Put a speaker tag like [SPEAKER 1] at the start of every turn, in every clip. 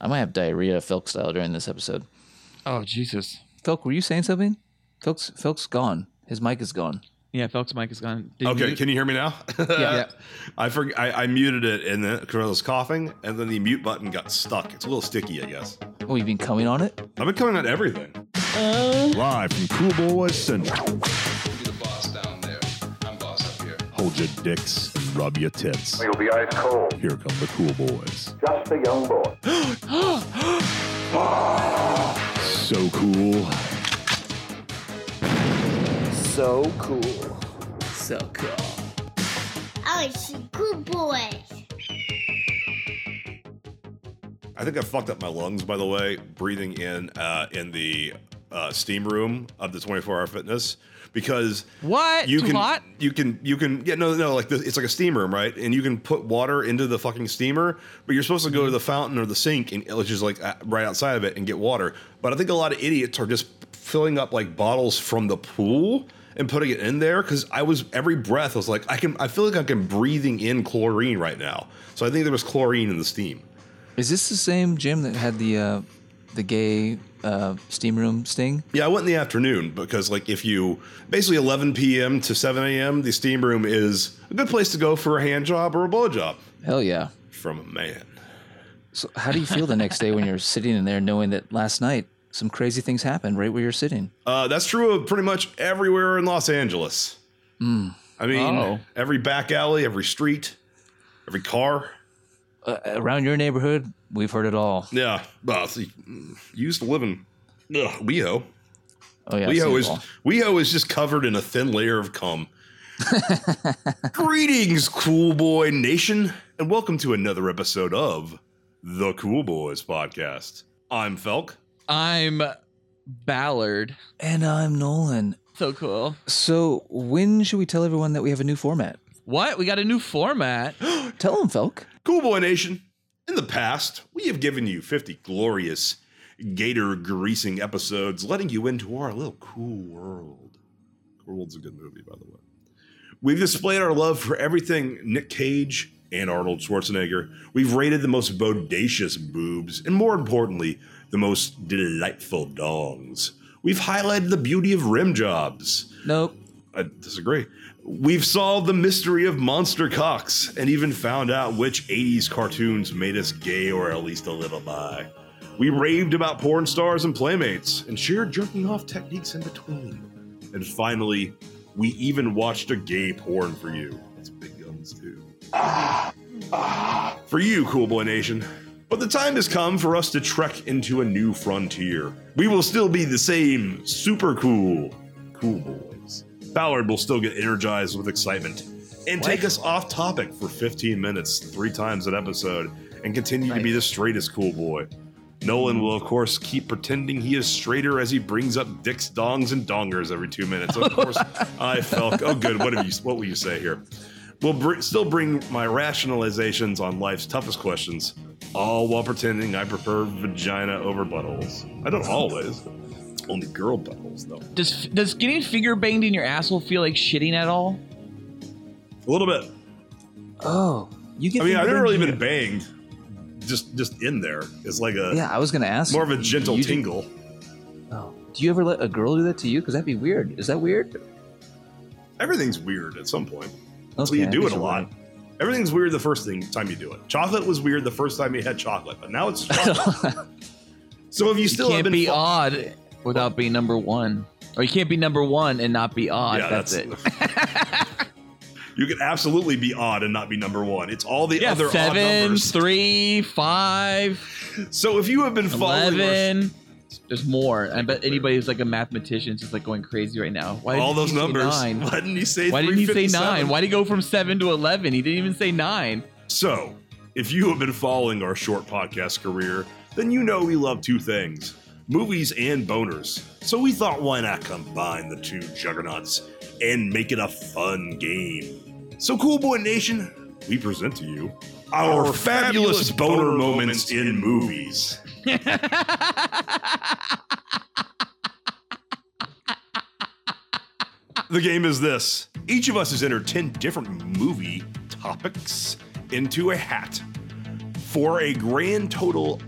[SPEAKER 1] I might have diarrhea Felk style during this episode.
[SPEAKER 2] Oh Jesus.
[SPEAKER 1] Felk, were you saying something? Felk's Felk's gone. His mic is gone.
[SPEAKER 2] Yeah, Felk's mic is gone. Did
[SPEAKER 3] Okay,
[SPEAKER 2] mute-
[SPEAKER 3] can you hear me now?
[SPEAKER 2] yeah.
[SPEAKER 3] I, forg I I muted it and then because I was coughing and then the mute button got stuck. It's a little sticky, I guess.
[SPEAKER 1] Oh, you've been coming on it?
[SPEAKER 3] I've been coming on everything.
[SPEAKER 4] Uh-huh.
[SPEAKER 5] Live from Cool Boys Central.
[SPEAKER 4] Be the boss down there. I'm boss up here.
[SPEAKER 5] Hold your dicks and rub your tits.
[SPEAKER 6] You'll be ice cold.
[SPEAKER 5] Here come the Cool Boys.
[SPEAKER 6] Just a young boy.
[SPEAKER 5] So cool.
[SPEAKER 1] So cool. So cool.
[SPEAKER 7] Oh, it's a good boy.
[SPEAKER 3] I think I fucked up my lungs, by the way, breathing in uh, in the uh, steam room of the 24 hour fitness because
[SPEAKER 2] What?
[SPEAKER 3] you
[SPEAKER 2] Too
[SPEAKER 3] can
[SPEAKER 2] hot?
[SPEAKER 3] you can you can yeah no no like the, it's like a steam room right and you can put water into the fucking steamer but you're supposed to go to the fountain or the sink and which is like uh, right outside of it and get water but I think a lot of idiots are just filling up like bottles from the pool and putting it in there because I was every breath I was like I can I feel like I can breathing in chlorine right now so I think there was chlorine in the steam.
[SPEAKER 1] Is this the same gym that had the uh, the gay uh, steam room sting?
[SPEAKER 3] Yeah, I went in the afternoon because, like, if you basically 11 p.m. to 7 a.m., the steam room is a good place to go for a hand job or a blow job
[SPEAKER 1] Hell yeah.
[SPEAKER 3] from a man.
[SPEAKER 1] So how do you feel the next day when you're sitting in there knowing that last night some crazy things happened right where you're sitting?
[SPEAKER 3] Uh, that's true of pretty much everywhere in Los Angeles. I mean,
[SPEAKER 2] Oh.
[SPEAKER 3] every back alley, every street, every car.
[SPEAKER 1] Uh, around your neighborhood, we've heard it all.
[SPEAKER 3] Yeah, well, see, you used to live in ugh, Weho.
[SPEAKER 1] Oh yeah. I've seen
[SPEAKER 3] Weho
[SPEAKER 1] it
[SPEAKER 3] is
[SPEAKER 1] all.
[SPEAKER 3] Weho is just covered in a thin layer of cum. Greetings, cool boy nation, and welcome to another episode of the Cool Boys Podcast. I'm Felk.
[SPEAKER 2] I'm Ballard.
[SPEAKER 1] And I'm Nolan.
[SPEAKER 2] So cool.
[SPEAKER 1] So when should we tell everyone that we have a new format?
[SPEAKER 2] What? We got a new format.
[SPEAKER 1] Tell them, Felk.
[SPEAKER 3] Cool boy nation. In the past, we have given you 50 glorious gator greasing episodes, letting you into our little cool world. Cool World's a good movie, by the way. We've displayed our love for everything Nick Cage and Arnold Schwarzenegger. We've rated the most bodacious boobs, and more importantly, the most delightful dongs. We've highlighted the beauty of rim jobs.
[SPEAKER 1] Nope.
[SPEAKER 3] I disagree. We've solved the mystery of monster cocks and even found out which 80s cartoons made us gay or at least a little bi. We raved about porn stars and playmates and shared jerking off techniques in between. And finally, we even watched a gay porn for you. That's big guns, too. For you, Cool Boy Nation. But the time has come for us to trek into a new frontier. We will still be the same super cool, cool boys. Ballard will still get energized with excitement and take us off topic for 15 minutes, three times an episode, and continue to be the straightest cool boy. Nolan will, of course, keep pretending he is straighter as he brings up dicks, dongs, and dongers every two minutes. Of course, I felt. Oh, good. What have you? What will you say here? We'll br- still bring my rationalizations on life's toughest questions, all while pretending I prefer vagina over buttholes. I don't always. Only girl buttholes, though.
[SPEAKER 2] Does does getting finger banged in your asshole feel like shitting at all?
[SPEAKER 3] A little bit.
[SPEAKER 1] Oh, you get.
[SPEAKER 3] I mean, I've never really
[SPEAKER 1] fingered
[SPEAKER 3] been banged. Just, just in there. It's like
[SPEAKER 1] in-
[SPEAKER 3] a
[SPEAKER 1] Yeah, I was gonna ask.
[SPEAKER 3] more of a gentle
[SPEAKER 1] you do-
[SPEAKER 3] tingle.
[SPEAKER 1] Oh. Do you ever let a girl do that to you? Because that'd be weird. Is that weird?
[SPEAKER 3] Everything's weird at some point.
[SPEAKER 1] That's
[SPEAKER 3] So you do it a lot. Everything's weird the first thing, time you do it. Chocolate was weird the first time you had chocolate, but now it's chocolate. so if you still
[SPEAKER 2] you
[SPEAKER 3] have
[SPEAKER 2] can't
[SPEAKER 3] been
[SPEAKER 2] be
[SPEAKER 3] fu-
[SPEAKER 2] odd without being number one, or you can't be number one and not be odd. that's, it.
[SPEAKER 3] you can absolutely be odd and not be number one. It's all the
[SPEAKER 2] Yeah,
[SPEAKER 3] other odd
[SPEAKER 2] seven,
[SPEAKER 3] numbers.
[SPEAKER 2] three, five,
[SPEAKER 3] So if you have been following our,
[SPEAKER 2] eleven. There's more. I bet anybody who's like a mathematician is just like going crazy right now. Why
[SPEAKER 3] all
[SPEAKER 2] didn't
[SPEAKER 3] those
[SPEAKER 2] he say
[SPEAKER 3] numbers,
[SPEAKER 2] nine?
[SPEAKER 3] why didn't he say?
[SPEAKER 2] Why didn't he say
[SPEAKER 3] 357?
[SPEAKER 2] nine? Why did he go from seven to eleven? He didn't even say nine.
[SPEAKER 3] So, if you have been following our short podcast career, then you know we love two things movies and boners. So, we thought why not combine the two juggernauts and make it a fun game? So, Cool Boy Nation, we present to you our, fabulous, boner, moments, in movies. The game is this each of us is entered 10 different movie topics into a hat for a grand total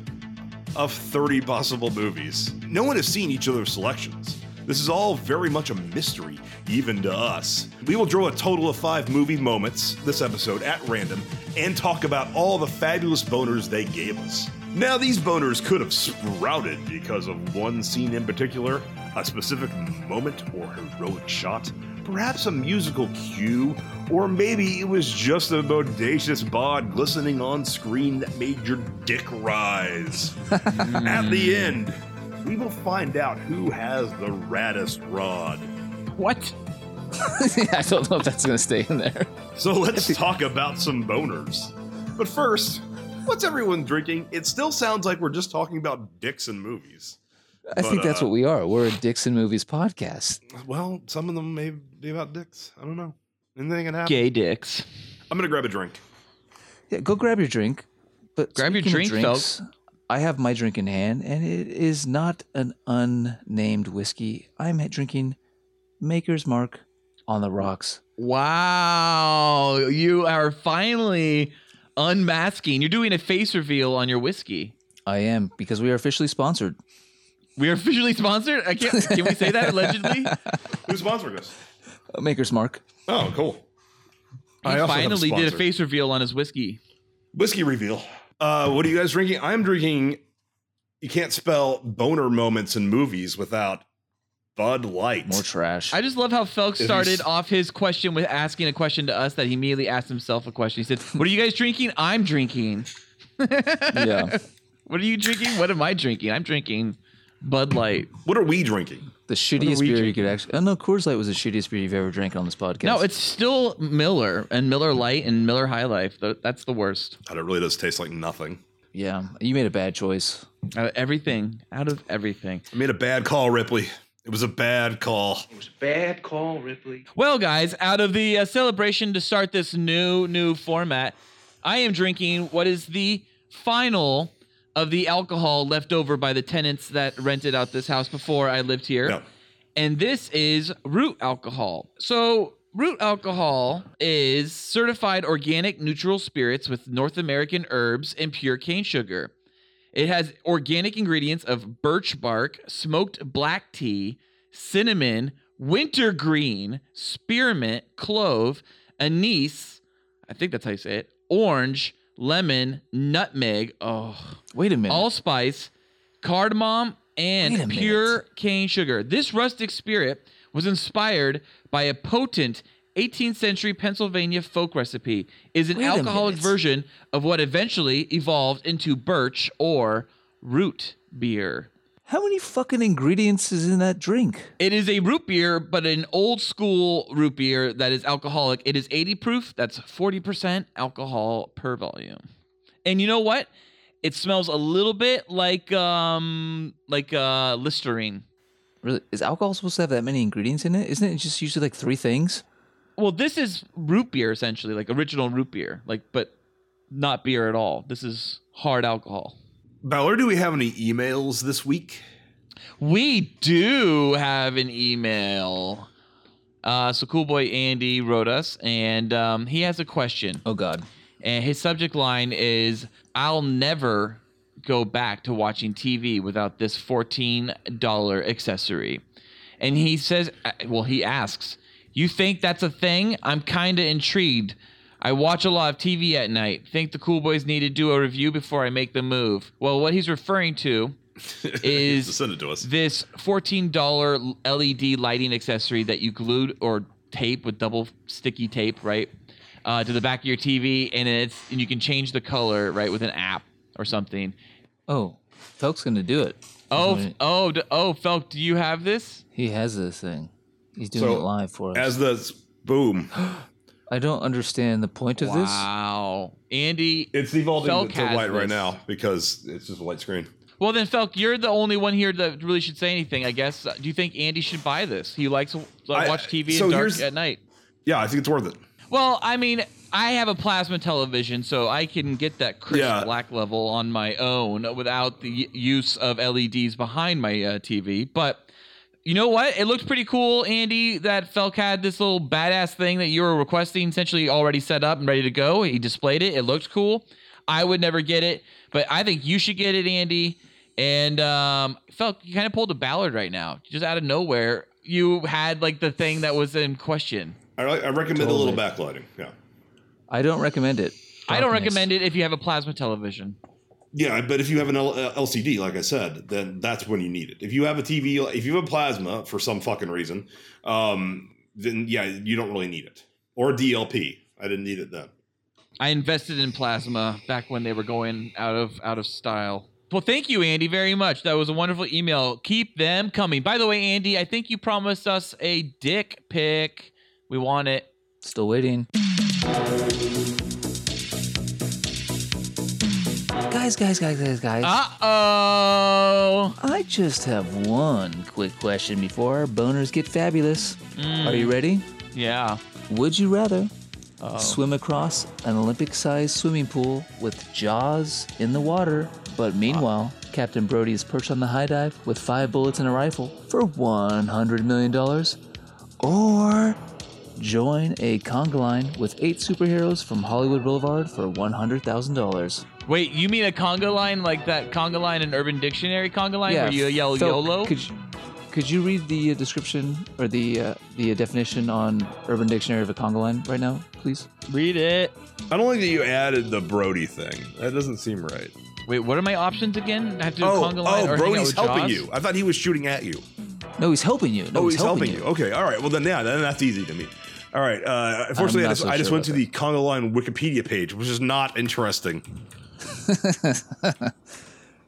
[SPEAKER 3] of 30 possible movies. No one has seen each other's selections. This is all very much a mystery, even to us. We will draw a total of five movie moments this episode at random and talk about all the fabulous boners they gave us. Now, these boners could have sprouted because of one scene in particular, a specific moment or heroic shot, perhaps a musical cue, or maybe it was just a bodacious bod glistening on screen that made your dick rise. At the end, we will find out who has the raddest rod.
[SPEAKER 2] What?
[SPEAKER 1] yeah, I don't know if that's gonna stay in there.
[SPEAKER 3] So let's talk about some boners. But first, what's everyone drinking? It still sounds like we're just talking about dicks and movies.
[SPEAKER 1] I think
[SPEAKER 3] But,
[SPEAKER 1] that's
[SPEAKER 3] uh,
[SPEAKER 1] what we are. We're a Dixon Movies podcast.
[SPEAKER 3] Well, some of them may be about dicks. I don't know. Anything can happen.
[SPEAKER 2] Gay dicks.
[SPEAKER 3] I'm gonna grab a drink.
[SPEAKER 1] Yeah, go grab your drink. But
[SPEAKER 2] Grab your
[SPEAKER 1] speaking of
[SPEAKER 2] drink,
[SPEAKER 1] drinks, I have my drink in hand, and it is not an unnamed whiskey. I'm drinking Maker's Mark on the rocks.
[SPEAKER 2] Wow. You are finally unmasking. You're doing a face reveal on your whiskey.
[SPEAKER 1] I am because we are officially sponsored.
[SPEAKER 2] We are officially sponsored. I can't, can we say that allegedly?
[SPEAKER 3] Who's sponsoring us?
[SPEAKER 1] Uh, Maker's Mark.
[SPEAKER 3] Oh, cool.
[SPEAKER 2] He
[SPEAKER 3] also have a
[SPEAKER 2] finally did a
[SPEAKER 3] sponsor.
[SPEAKER 2] face reveal on his whiskey.
[SPEAKER 3] whiskey reveal. Uh, what are you guys drinking? I'm drinking. You can't spell boner moments in movies without Bud Light.
[SPEAKER 1] More trash.
[SPEAKER 2] I just love how Felk
[SPEAKER 3] If
[SPEAKER 2] started
[SPEAKER 3] he's-
[SPEAKER 2] off his question with asking a question to us that he immediately asked himself a question. He said, What are you guys drinking? I'm drinking.
[SPEAKER 1] yeah,
[SPEAKER 2] What are you drinking? What am I drinking? I'm drinking Bud Light.
[SPEAKER 3] what are we drinking?
[SPEAKER 1] the shittiest
[SPEAKER 3] we
[SPEAKER 1] beer you could actually. Oh no, Coors Light was the shittiest beer you've ever drank on this podcast.
[SPEAKER 2] No, it's still Miller and Miller Light and Miller High Life. Th- That's the worst.
[SPEAKER 3] God, it really does taste like nothing.
[SPEAKER 1] yeah, you made a bad choice.
[SPEAKER 2] Out of Uh, everything, out of everything.
[SPEAKER 3] I made a bad call, Ripley. It was a bad call.
[SPEAKER 2] Well, guys, out of the uh, celebration to start this new new format, I am drinking what is the final of the alcohol left over by the tenants that rented out this house before I lived here.
[SPEAKER 3] No.
[SPEAKER 2] and this is root alcohol. So, root alcohol is certified organic neutral spirits with North American herbs and pure cane sugar. It has organic ingredients of birch bark, smoked black tea, cinnamon, wintergreen, spearmint, clove, anise, I think that's how you say it, orange, lemon, nutmeg. Oh,
[SPEAKER 1] Wait a minute.
[SPEAKER 2] allspice, cardamom,
[SPEAKER 1] Wait a
[SPEAKER 2] and
[SPEAKER 1] minute.
[SPEAKER 2] pure cane sugar. This rustic spirit was inspired by a potent 18th century Pennsylvania folk recipe. Is an
[SPEAKER 1] Wait a
[SPEAKER 2] alcoholic
[SPEAKER 1] minute.
[SPEAKER 2] version of what eventually evolved into birch or root beer.
[SPEAKER 1] How many fucking ingredients is in that drink?
[SPEAKER 2] It is a root beer, but an old school root beer that is alcoholic. It is 80 proof. That's 40% alcohol per volume. And you know what? It smells a little bit like um like uh Listerine.
[SPEAKER 1] Really, is alcohol supposed to have that many ingredients in it? Isn't it just usually like three things?
[SPEAKER 2] Well, this is root beer essentially, like original root beer, like but not beer at all. This is hard alcohol.
[SPEAKER 3] Ballard, do we have any emails this week?
[SPEAKER 2] We do have an email. Uh, so cool boy Andy wrote us, and um, he has a question.
[SPEAKER 1] Oh God,
[SPEAKER 2] And his subject line is I'll never go back to watching TV without this $14 accessory. And he says, uh, well, he asks, You think that's a thing? I'm kind of intrigued. I watch a lot of TV at night. Think the cool boys need to do a review before I make the move. Well, what he's referring to is
[SPEAKER 3] Send it to us.
[SPEAKER 2] this $14 LED E lighting accessory that you glued or tape with double sticky tape, right? Uh, to the back of your TV, and it's and you can change the color, right, with an app or something.
[SPEAKER 1] oh, Felk's gonna do it.
[SPEAKER 2] Oh,
[SPEAKER 1] He's doing it.
[SPEAKER 2] oh, d- oh, Felk, do you have this?
[SPEAKER 1] he has this thing. He's doing
[SPEAKER 3] So,
[SPEAKER 1] it live for us.
[SPEAKER 3] As the boom,
[SPEAKER 1] I don't understand the point of this.
[SPEAKER 2] Wow, Andy.
[SPEAKER 3] it's evolving
[SPEAKER 2] Felk
[SPEAKER 3] to,
[SPEAKER 2] has
[SPEAKER 3] white right
[SPEAKER 2] this.
[SPEAKER 3] now because it's just a white screen.
[SPEAKER 2] Well, then, Felk, you're the only one here that really should say anything. I guess. Uh, Do you think Andy should buy this? He likes to
[SPEAKER 3] I-
[SPEAKER 2] like, watch TV
[SPEAKER 3] so
[SPEAKER 2] in dark
[SPEAKER 3] here's-
[SPEAKER 2] at night.
[SPEAKER 3] Yeah, I think it's worth it.
[SPEAKER 2] Well, I mean, I have a plasma television, so I can get that crisp
[SPEAKER 3] Yeah.
[SPEAKER 2] black level on my own without the use of LEDs behind my uh, TV. But you know what? It looked pretty cool, Andy, that Felk had this little badass thing that you were requesting, essentially already set up and ready to go. He displayed it. It looked cool. I would never get it, but I think you should get it, Andy. And um, Felk, you kind of pulled a Ballard right now, just out of nowhere. You had like the thing that was in question.
[SPEAKER 8] I, I recommend a little
[SPEAKER 1] Totally.
[SPEAKER 8] backlighting. Yeah.
[SPEAKER 1] I don't recommend it.
[SPEAKER 2] I don't recommend it if you have a plasma television.
[SPEAKER 8] Yeah, but if you have an L- uh, LCD, like I said, then that's when you need it. If you have a TV, if you have a plasma for some fucking reason, um, then yeah, you don't really need it. Or DLP. I didn't need it then.
[SPEAKER 2] I invested in plasma back when they were going out of out of style. Well, thank you, Andy, very much. That was a wonderful email. Keep them coming. By the way, Andy, I think you promised us a dick pic. We want it.
[SPEAKER 1] Still waiting. Guys, guys, guys, guys, guys.
[SPEAKER 2] Uh oh.
[SPEAKER 1] I just have one quick question before our boners get fabulous. Are you ready?
[SPEAKER 2] Yeah.
[SPEAKER 1] Would you rather swim across an Olympic sized swimming pool with jaws in the water, but meanwhile, Captain Brody is perched on the high dive with five bullets and a rifle for $100 million? Or join a conga line with eight superheroes from Hollywood Boulevard for $100,000?
[SPEAKER 2] Wait, you mean a conga line like that conga line in Urban Dictionary conga line where you yell
[SPEAKER 1] Phil,
[SPEAKER 2] YOLO?
[SPEAKER 1] Could you, could you read the uh, description or the uh, the definition on Urban Dictionary of a conga line right now, please?
[SPEAKER 2] Read it.
[SPEAKER 3] I don't like that you added the Brody thing. That doesn't seem right.
[SPEAKER 2] Wait, what are my options again? I have to do
[SPEAKER 3] Oh,
[SPEAKER 2] conga line or hang
[SPEAKER 3] oh,
[SPEAKER 2] out
[SPEAKER 3] Brody's
[SPEAKER 2] with
[SPEAKER 3] helping
[SPEAKER 2] Jaws?
[SPEAKER 3] you. I thought he was shooting at you.
[SPEAKER 1] No, he's helping you. No,
[SPEAKER 3] oh, he's, helping, you. Okay, all right. Well, then, yeah, then that's easy to me. All right. Uh,
[SPEAKER 1] I'm
[SPEAKER 3] unfortunately, I
[SPEAKER 1] not
[SPEAKER 3] just,
[SPEAKER 1] so
[SPEAKER 3] I just
[SPEAKER 1] sure
[SPEAKER 3] went to
[SPEAKER 1] about
[SPEAKER 3] the Conga Line Wikipedia page, which is not interesting.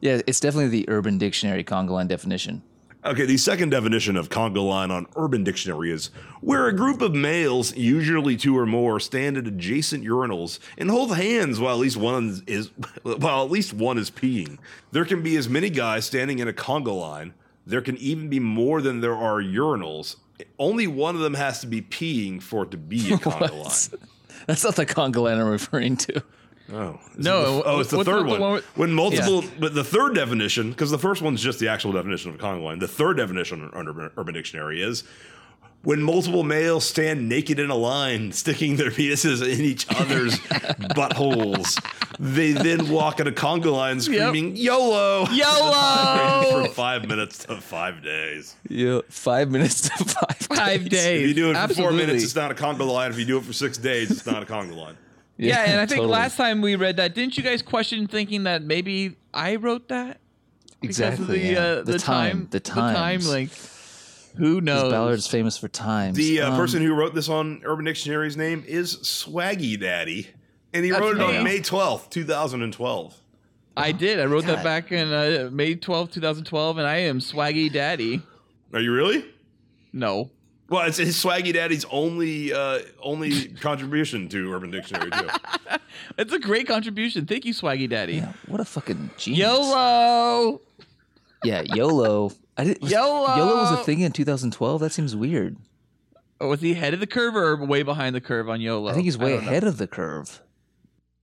[SPEAKER 1] Yeah, it's definitely the Urban Dictionary conga line definition.
[SPEAKER 3] Okay, the second definition of conga line on Urban Dictionary is where a group of males, usually two or more, stand at adjacent urinals and hold hands while at least one is while at least one is peeing. There can be as many guys standing in a conga line. There can even be more than there are urinals. Only one of them has to be peeing for it to be a conga line.
[SPEAKER 1] That's not the conga line I'm referring to.
[SPEAKER 3] Oh is
[SPEAKER 2] No,
[SPEAKER 3] it the- oh, it's the
[SPEAKER 2] what's
[SPEAKER 3] third
[SPEAKER 2] the
[SPEAKER 3] one.
[SPEAKER 2] one with-
[SPEAKER 3] when multiple, but the third definition, because the first one's just the actual definition of a conga line. The third definition under Urban Dictionary is when multiple males stand naked in a line, sticking their penises in each other's buttholes. They then walk in a conga line, screaming "YOLO"
[SPEAKER 2] YOLO!
[SPEAKER 3] from five minutes to five days.
[SPEAKER 1] Yeah, five minutes to five.
[SPEAKER 2] Five days.
[SPEAKER 3] If you do it for
[SPEAKER 2] Absolutely.
[SPEAKER 3] four minutes, it's not a conga line. If you do it for six days, it's not a conga line.
[SPEAKER 2] Yeah, and I think last time we read that, didn't you guys question thinking that maybe I wrote that? Because of
[SPEAKER 1] exactly
[SPEAKER 2] the,
[SPEAKER 1] yeah.
[SPEAKER 2] uh, the, time,
[SPEAKER 1] the
[SPEAKER 2] the time
[SPEAKER 1] times.
[SPEAKER 2] link. Who knows?
[SPEAKER 1] Ballard's famous for times.
[SPEAKER 3] The uh,
[SPEAKER 1] Um,
[SPEAKER 3] person who wrote this on Urban Dictionary's name is Swaggy Daddy, and he
[SPEAKER 2] That's
[SPEAKER 3] wrote it
[SPEAKER 2] me.
[SPEAKER 3] on May twelfth, two thousand and twelve.
[SPEAKER 2] I did. I wrote that
[SPEAKER 1] God.
[SPEAKER 2] back in uh, May 12, 2012, and I am Swaggy Daddy.
[SPEAKER 3] Are you really?
[SPEAKER 2] No.
[SPEAKER 3] Well, it's his Swaggy Daddy's only uh, only contribution to Urban Dictionary too.
[SPEAKER 2] It's a great contribution. Thank you, Swaggy Daddy.
[SPEAKER 1] yeah, what a fucking genius.
[SPEAKER 2] YOLO!
[SPEAKER 1] Yeah, YOLO. I didn't, was-
[SPEAKER 2] YOLO.
[SPEAKER 1] YOLO was a thing in 2012. That seems weird.
[SPEAKER 2] Or was Oh, he ahead of the curve or way behind the curve on YOLO?
[SPEAKER 1] Oh, I think he's way
[SPEAKER 2] don't know.
[SPEAKER 1] ahead of the curve.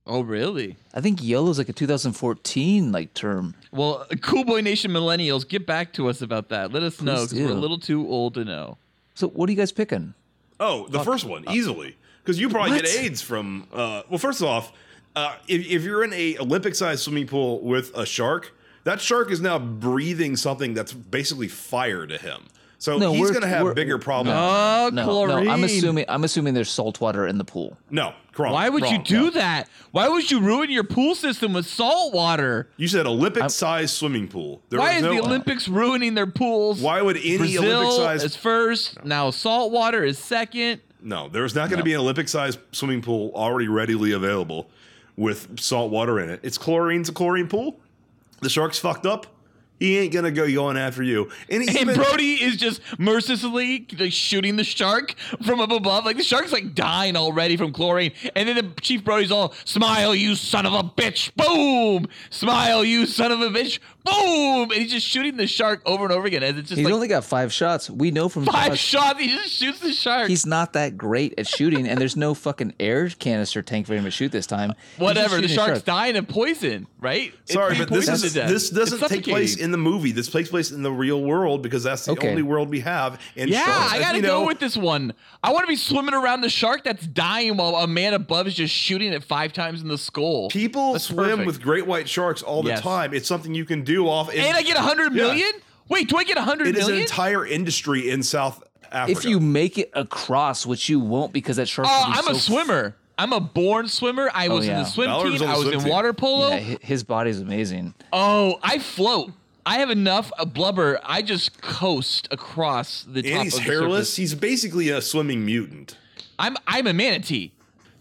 [SPEAKER 2] Oh, really?
[SPEAKER 1] I think YOLO's like a 2014 like term.
[SPEAKER 2] Well, Cool Boy Nation millennials, get back to us about that. Let us know
[SPEAKER 1] Please
[SPEAKER 2] because we're a
[SPEAKER 1] do.
[SPEAKER 2] little too old to know.
[SPEAKER 1] So what are you guys picking?
[SPEAKER 3] Oh, the first one easily because you probably
[SPEAKER 1] What?
[SPEAKER 3] get AIDS from. Uh, well, first off, uh, if, if you're in a Olympic-sized swimming pool with a shark, that shark is now breathing something that's basically fire to him. So
[SPEAKER 1] No,
[SPEAKER 3] he's
[SPEAKER 1] we're-
[SPEAKER 3] going to
[SPEAKER 1] we're-
[SPEAKER 3] have bigger problems.
[SPEAKER 2] Oh,
[SPEAKER 1] No,
[SPEAKER 2] chlorine.
[SPEAKER 1] no, I'm assuming I'm assuming there's salt water in the pool.
[SPEAKER 3] No, wrong.
[SPEAKER 2] Why would you
[SPEAKER 3] wrong,
[SPEAKER 2] do
[SPEAKER 3] wrong.
[SPEAKER 2] that? Why would you ruin your pool system with salt water?
[SPEAKER 3] You said Olympic-sized swimming pool. There
[SPEAKER 2] Why
[SPEAKER 3] was
[SPEAKER 2] is
[SPEAKER 3] no-
[SPEAKER 2] the Olympics ruining their pools?
[SPEAKER 3] Why would any
[SPEAKER 2] Brazil is
[SPEAKER 3] Olympic-sized?
[SPEAKER 2] first. Now salt water is second.
[SPEAKER 3] No, there's not going to be an Olympic-sized swimming pool already readily available with salt water in it. It's chlorine's a chlorine pool. The shark's fucked up. He ain't gonna go going after you. And,
[SPEAKER 2] And
[SPEAKER 3] even-
[SPEAKER 2] Brody is just mercilessly like, shooting the shark from up above. Like the shark's like dying already from chlorine. And then the Chief Brody's all, smile, you son of a bitch. Boom. Smile, you son of a bitch. Boom. And he's just shooting the shark over and over again. And it's just
[SPEAKER 1] He's
[SPEAKER 2] like
[SPEAKER 1] only got five shots. We know from
[SPEAKER 2] five
[SPEAKER 1] shots-
[SPEAKER 2] shots. He just shoots the shark.
[SPEAKER 1] he's not that great at shooting, and there's no fucking air canister tank for him to shoot this time. He's just
[SPEAKER 2] Whatever. The
[SPEAKER 1] shooting a
[SPEAKER 2] shark's
[SPEAKER 1] shark.
[SPEAKER 2] dying of poison, right? It's
[SPEAKER 3] sorry,
[SPEAKER 2] being
[SPEAKER 3] but this
[SPEAKER 2] poisoned
[SPEAKER 3] is
[SPEAKER 2] to death.
[SPEAKER 3] this doesn't
[SPEAKER 2] It's
[SPEAKER 3] take place
[SPEAKER 2] suffocating.
[SPEAKER 3] in the movie. This takes place in the real world because that's the
[SPEAKER 1] Okay.
[SPEAKER 3] only world we have. And
[SPEAKER 2] Yeah,
[SPEAKER 3] sharks,
[SPEAKER 2] I
[SPEAKER 3] as
[SPEAKER 2] gotta
[SPEAKER 3] we
[SPEAKER 2] go
[SPEAKER 3] know-
[SPEAKER 2] with this one. I want to be swimming around the shark that's dying while a man above is just shooting it five times in the skull.
[SPEAKER 3] People
[SPEAKER 2] That's
[SPEAKER 3] swim
[SPEAKER 2] perfect.
[SPEAKER 3] with great white sharks all the
[SPEAKER 2] Yes.
[SPEAKER 3] time. It's something you can do off. it-
[SPEAKER 2] and I get a hundred
[SPEAKER 3] Yeah.
[SPEAKER 2] million. Wait, do I get a hundred
[SPEAKER 3] It is an
[SPEAKER 2] million?
[SPEAKER 3] entire industry in South Africa.
[SPEAKER 1] If you make it across, which you won't because that shark.
[SPEAKER 2] Uh,
[SPEAKER 1] will be
[SPEAKER 2] I'm a
[SPEAKER 1] so-
[SPEAKER 2] swimmer. I'm a born swimmer. I was in
[SPEAKER 1] yeah.
[SPEAKER 2] the swim
[SPEAKER 3] Ballard's
[SPEAKER 2] team.
[SPEAKER 3] on the
[SPEAKER 2] I was
[SPEAKER 3] swim
[SPEAKER 2] in
[SPEAKER 3] team.
[SPEAKER 2] water polo.
[SPEAKER 1] Yeah, hi- his body's amazing.
[SPEAKER 2] Oh, I float. I have enough uh, blubber. I just coast across the top
[SPEAKER 3] and he's
[SPEAKER 2] of the
[SPEAKER 3] hairless.
[SPEAKER 2] surface.
[SPEAKER 3] He's basically a swimming mutant.
[SPEAKER 2] I'm I'm a manatee.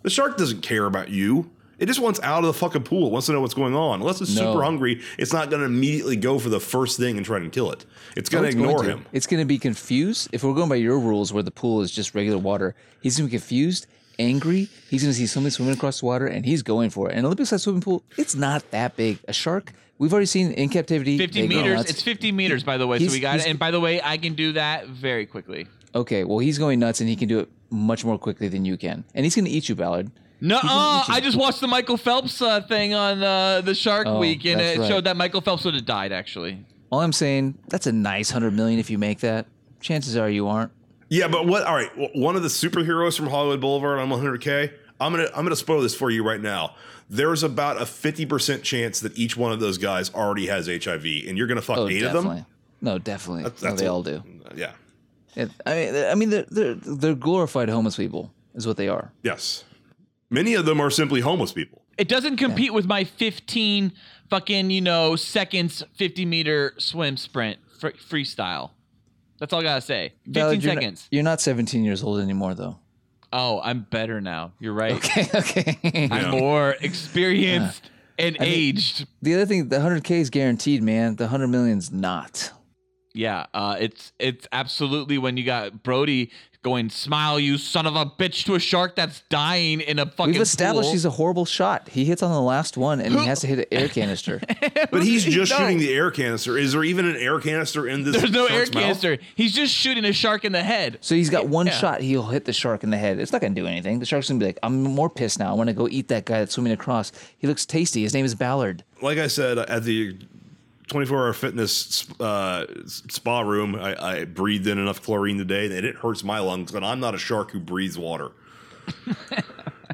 [SPEAKER 3] The shark doesn't care about you. It just wants out of the fucking pool. It wants to know what's going on. Unless it's
[SPEAKER 1] No.
[SPEAKER 3] super hungry, it's not going to immediately go for the first thing and try to kill it. It's going
[SPEAKER 1] Oh, it's
[SPEAKER 3] to ignore
[SPEAKER 1] going
[SPEAKER 3] him.
[SPEAKER 1] It's going to be confused. If we're going by your rules, where the pool is just regular water, he's going to be confused, angry. He's going to see somebody swimming across the water, and he's going for it. An Olympic-sized swimming pool, it's not that big. A shark, we've already seen in captivity.
[SPEAKER 2] 50
[SPEAKER 1] they go
[SPEAKER 2] meters.
[SPEAKER 1] nuts.
[SPEAKER 2] It's 50 meters, by the way. So
[SPEAKER 1] He's-
[SPEAKER 2] we got it.
[SPEAKER 1] he's-
[SPEAKER 2] And by the way, I can do that very quickly.
[SPEAKER 1] okay. Well, he's going nuts, and he can do it much more quickly than you can, and he's going to eat you, Ballard.
[SPEAKER 2] No,
[SPEAKER 1] gonna eat you.
[SPEAKER 2] I just watched the Michael Phelps uh, thing on uh, the Shark
[SPEAKER 1] Oh,
[SPEAKER 2] Week, and
[SPEAKER 1] that's
[SPEAKER 2] it
[SPEAKER 1] right.
[SPEAKER 2] showed that Michael Phelps would have died. Actually,
[SPEAKER 1] All I'm saying, that's a nice hundred million if you make that. Chances are you aren't.
[SPEAKER 3] Yeah, but what? All right, w- one of the superheroes from Hollywood Boulevard on 100K. I'm gonna I'm gonna spoil this for you right now. There's about a 50 percent chance that each one of those guys already has HIV, and you're gonna fuck
[SPEAKER 1] Oh,
[SPEAKER 3] eight
[SPEAKER 1] definitely.
[SPEAKER 3] of them.
[SPEAKER 1] No, definitely. no,
[SPEAKER 3] that's
[SPEAKER 1] they
[SPEAKER 3] a-
[SPEAKER 1] all do.
[SPEAKER 3] Yeah.
[SPEAKER 1] It- I mean, I mean, they're, they're they're glorified homeless people, is what they are.
[SPEAKER 3] Yes. Many of them are simply homeless people.
[SPEAKER 2] it doesn't compete with my 15 fucking you know seconds 50 meter swim sprint fr- freestyle. That's all I gotta say. 15
[SPEAKER 1] Ballard, you're not-
[SPEAKER 2] seconds.
[SPEAKER 1] you're not 17 years old anymore, though.
[SPEAKER 2] Oh, I'm better now. You're right.
[SPEAKER 1] Okay, okay.
[SPEAKER 2] I'm
[SPEAKER 3] Yeah.
[SPEAKER 2] more experienced and
[SPEAKER 1] mean-
[SPEAKER 2] aged.
[SPEAKER 1] the other thing, the 100K is guaranteed, man. The 100 million's not.
[SPEAKER 2] Yeah, uh, it's it's absolutely when you got Brody going, smile, you son of a bitch, to a shark that's dying in a fucking.
[SPEAKER 1] We've established
[SPEAKER 2] pool.
[SPEAKER 1] he's a horrible shot. He hits on the last one, and he has to hit an air canister.
[SPEAKER 3] But he's just
[SPEAKER 2] No.
[SPEAKER 3] shooting the air canister. Is there even an air canister in this?
[SPEAKER 2] There's no air
[SPEAKER 3] shark's mouth?
[SPEAKER 2] canister. He's just shooting a shark in the head.
[SPEAKER 1] So he's got one
[SPEAKER 2] Yeah.
[SPEAKER 1] shot. He'll hit the shark in the head. It's not gonna do anything. The shark's gonna be like, "I'm more pissed now. I want to go eat that guy that's swimming across. He looks tasty. His name is Ballard."
[SPEAKER 3] Like I said at the 24 hour fitness uh, spa room, I, I breathed in enough chlorine today that it hurts my lungs, but I'm not a shark who breathes water.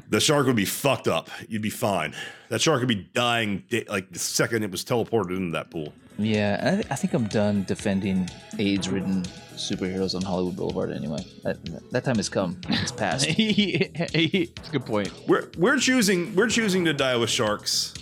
[SPEAKER 3] the shark would be fucked up. You'd be fine. That shark would be dying di- like the second it was teleported into that pool.
[SPEAKER 1] Yeah, I, th- I think I'm done defending AIDS-ridden superheroes on Hollywood Boulevard. Anyway, that, that time has come. It's past.
[SPEAKER 2] it's a good point.
[SPEAKER 3] We're we're choosing we're choosing to die with sharks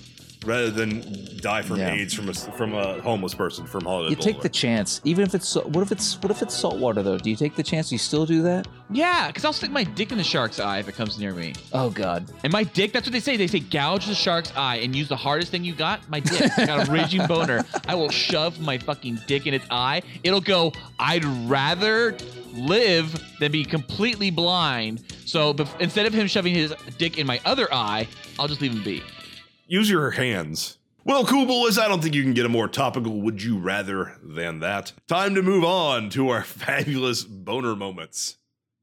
[SPEAKER 3] rather than die from
[SPEAKER 1] Yeah.
[SPEAKER 3] AIDS from a from a homeless person from Hollywood.
[SPEAKER 1] You take the
[SPEAKER 3] Boulevard.
[SPEAKER 1] chance, even if it's sa- what if it's what if it's salt water though? Do you take the chance? You still do that?
[SPEAKER 2] Yeah, because I'll stick my dick in the shark's eye if it comes near me.
[SPEAKER 1] Oh God!
[SPEAKER 2] And my dick, that's what they say. They say gouge the shark's eye and use the hardest thing you got, my dick. I got a raging boner. I will shove my fucking dick in its eye. It'll go, I'd rather live than be completely blind. So bef- instead of him shoving his dick in my other eye, I'll just leave him be.
[SPEAKER 3] use your hands. Well, cool boys, I don't think you can get a more topical would you rather than that. Time to move on to our fabulous boner moments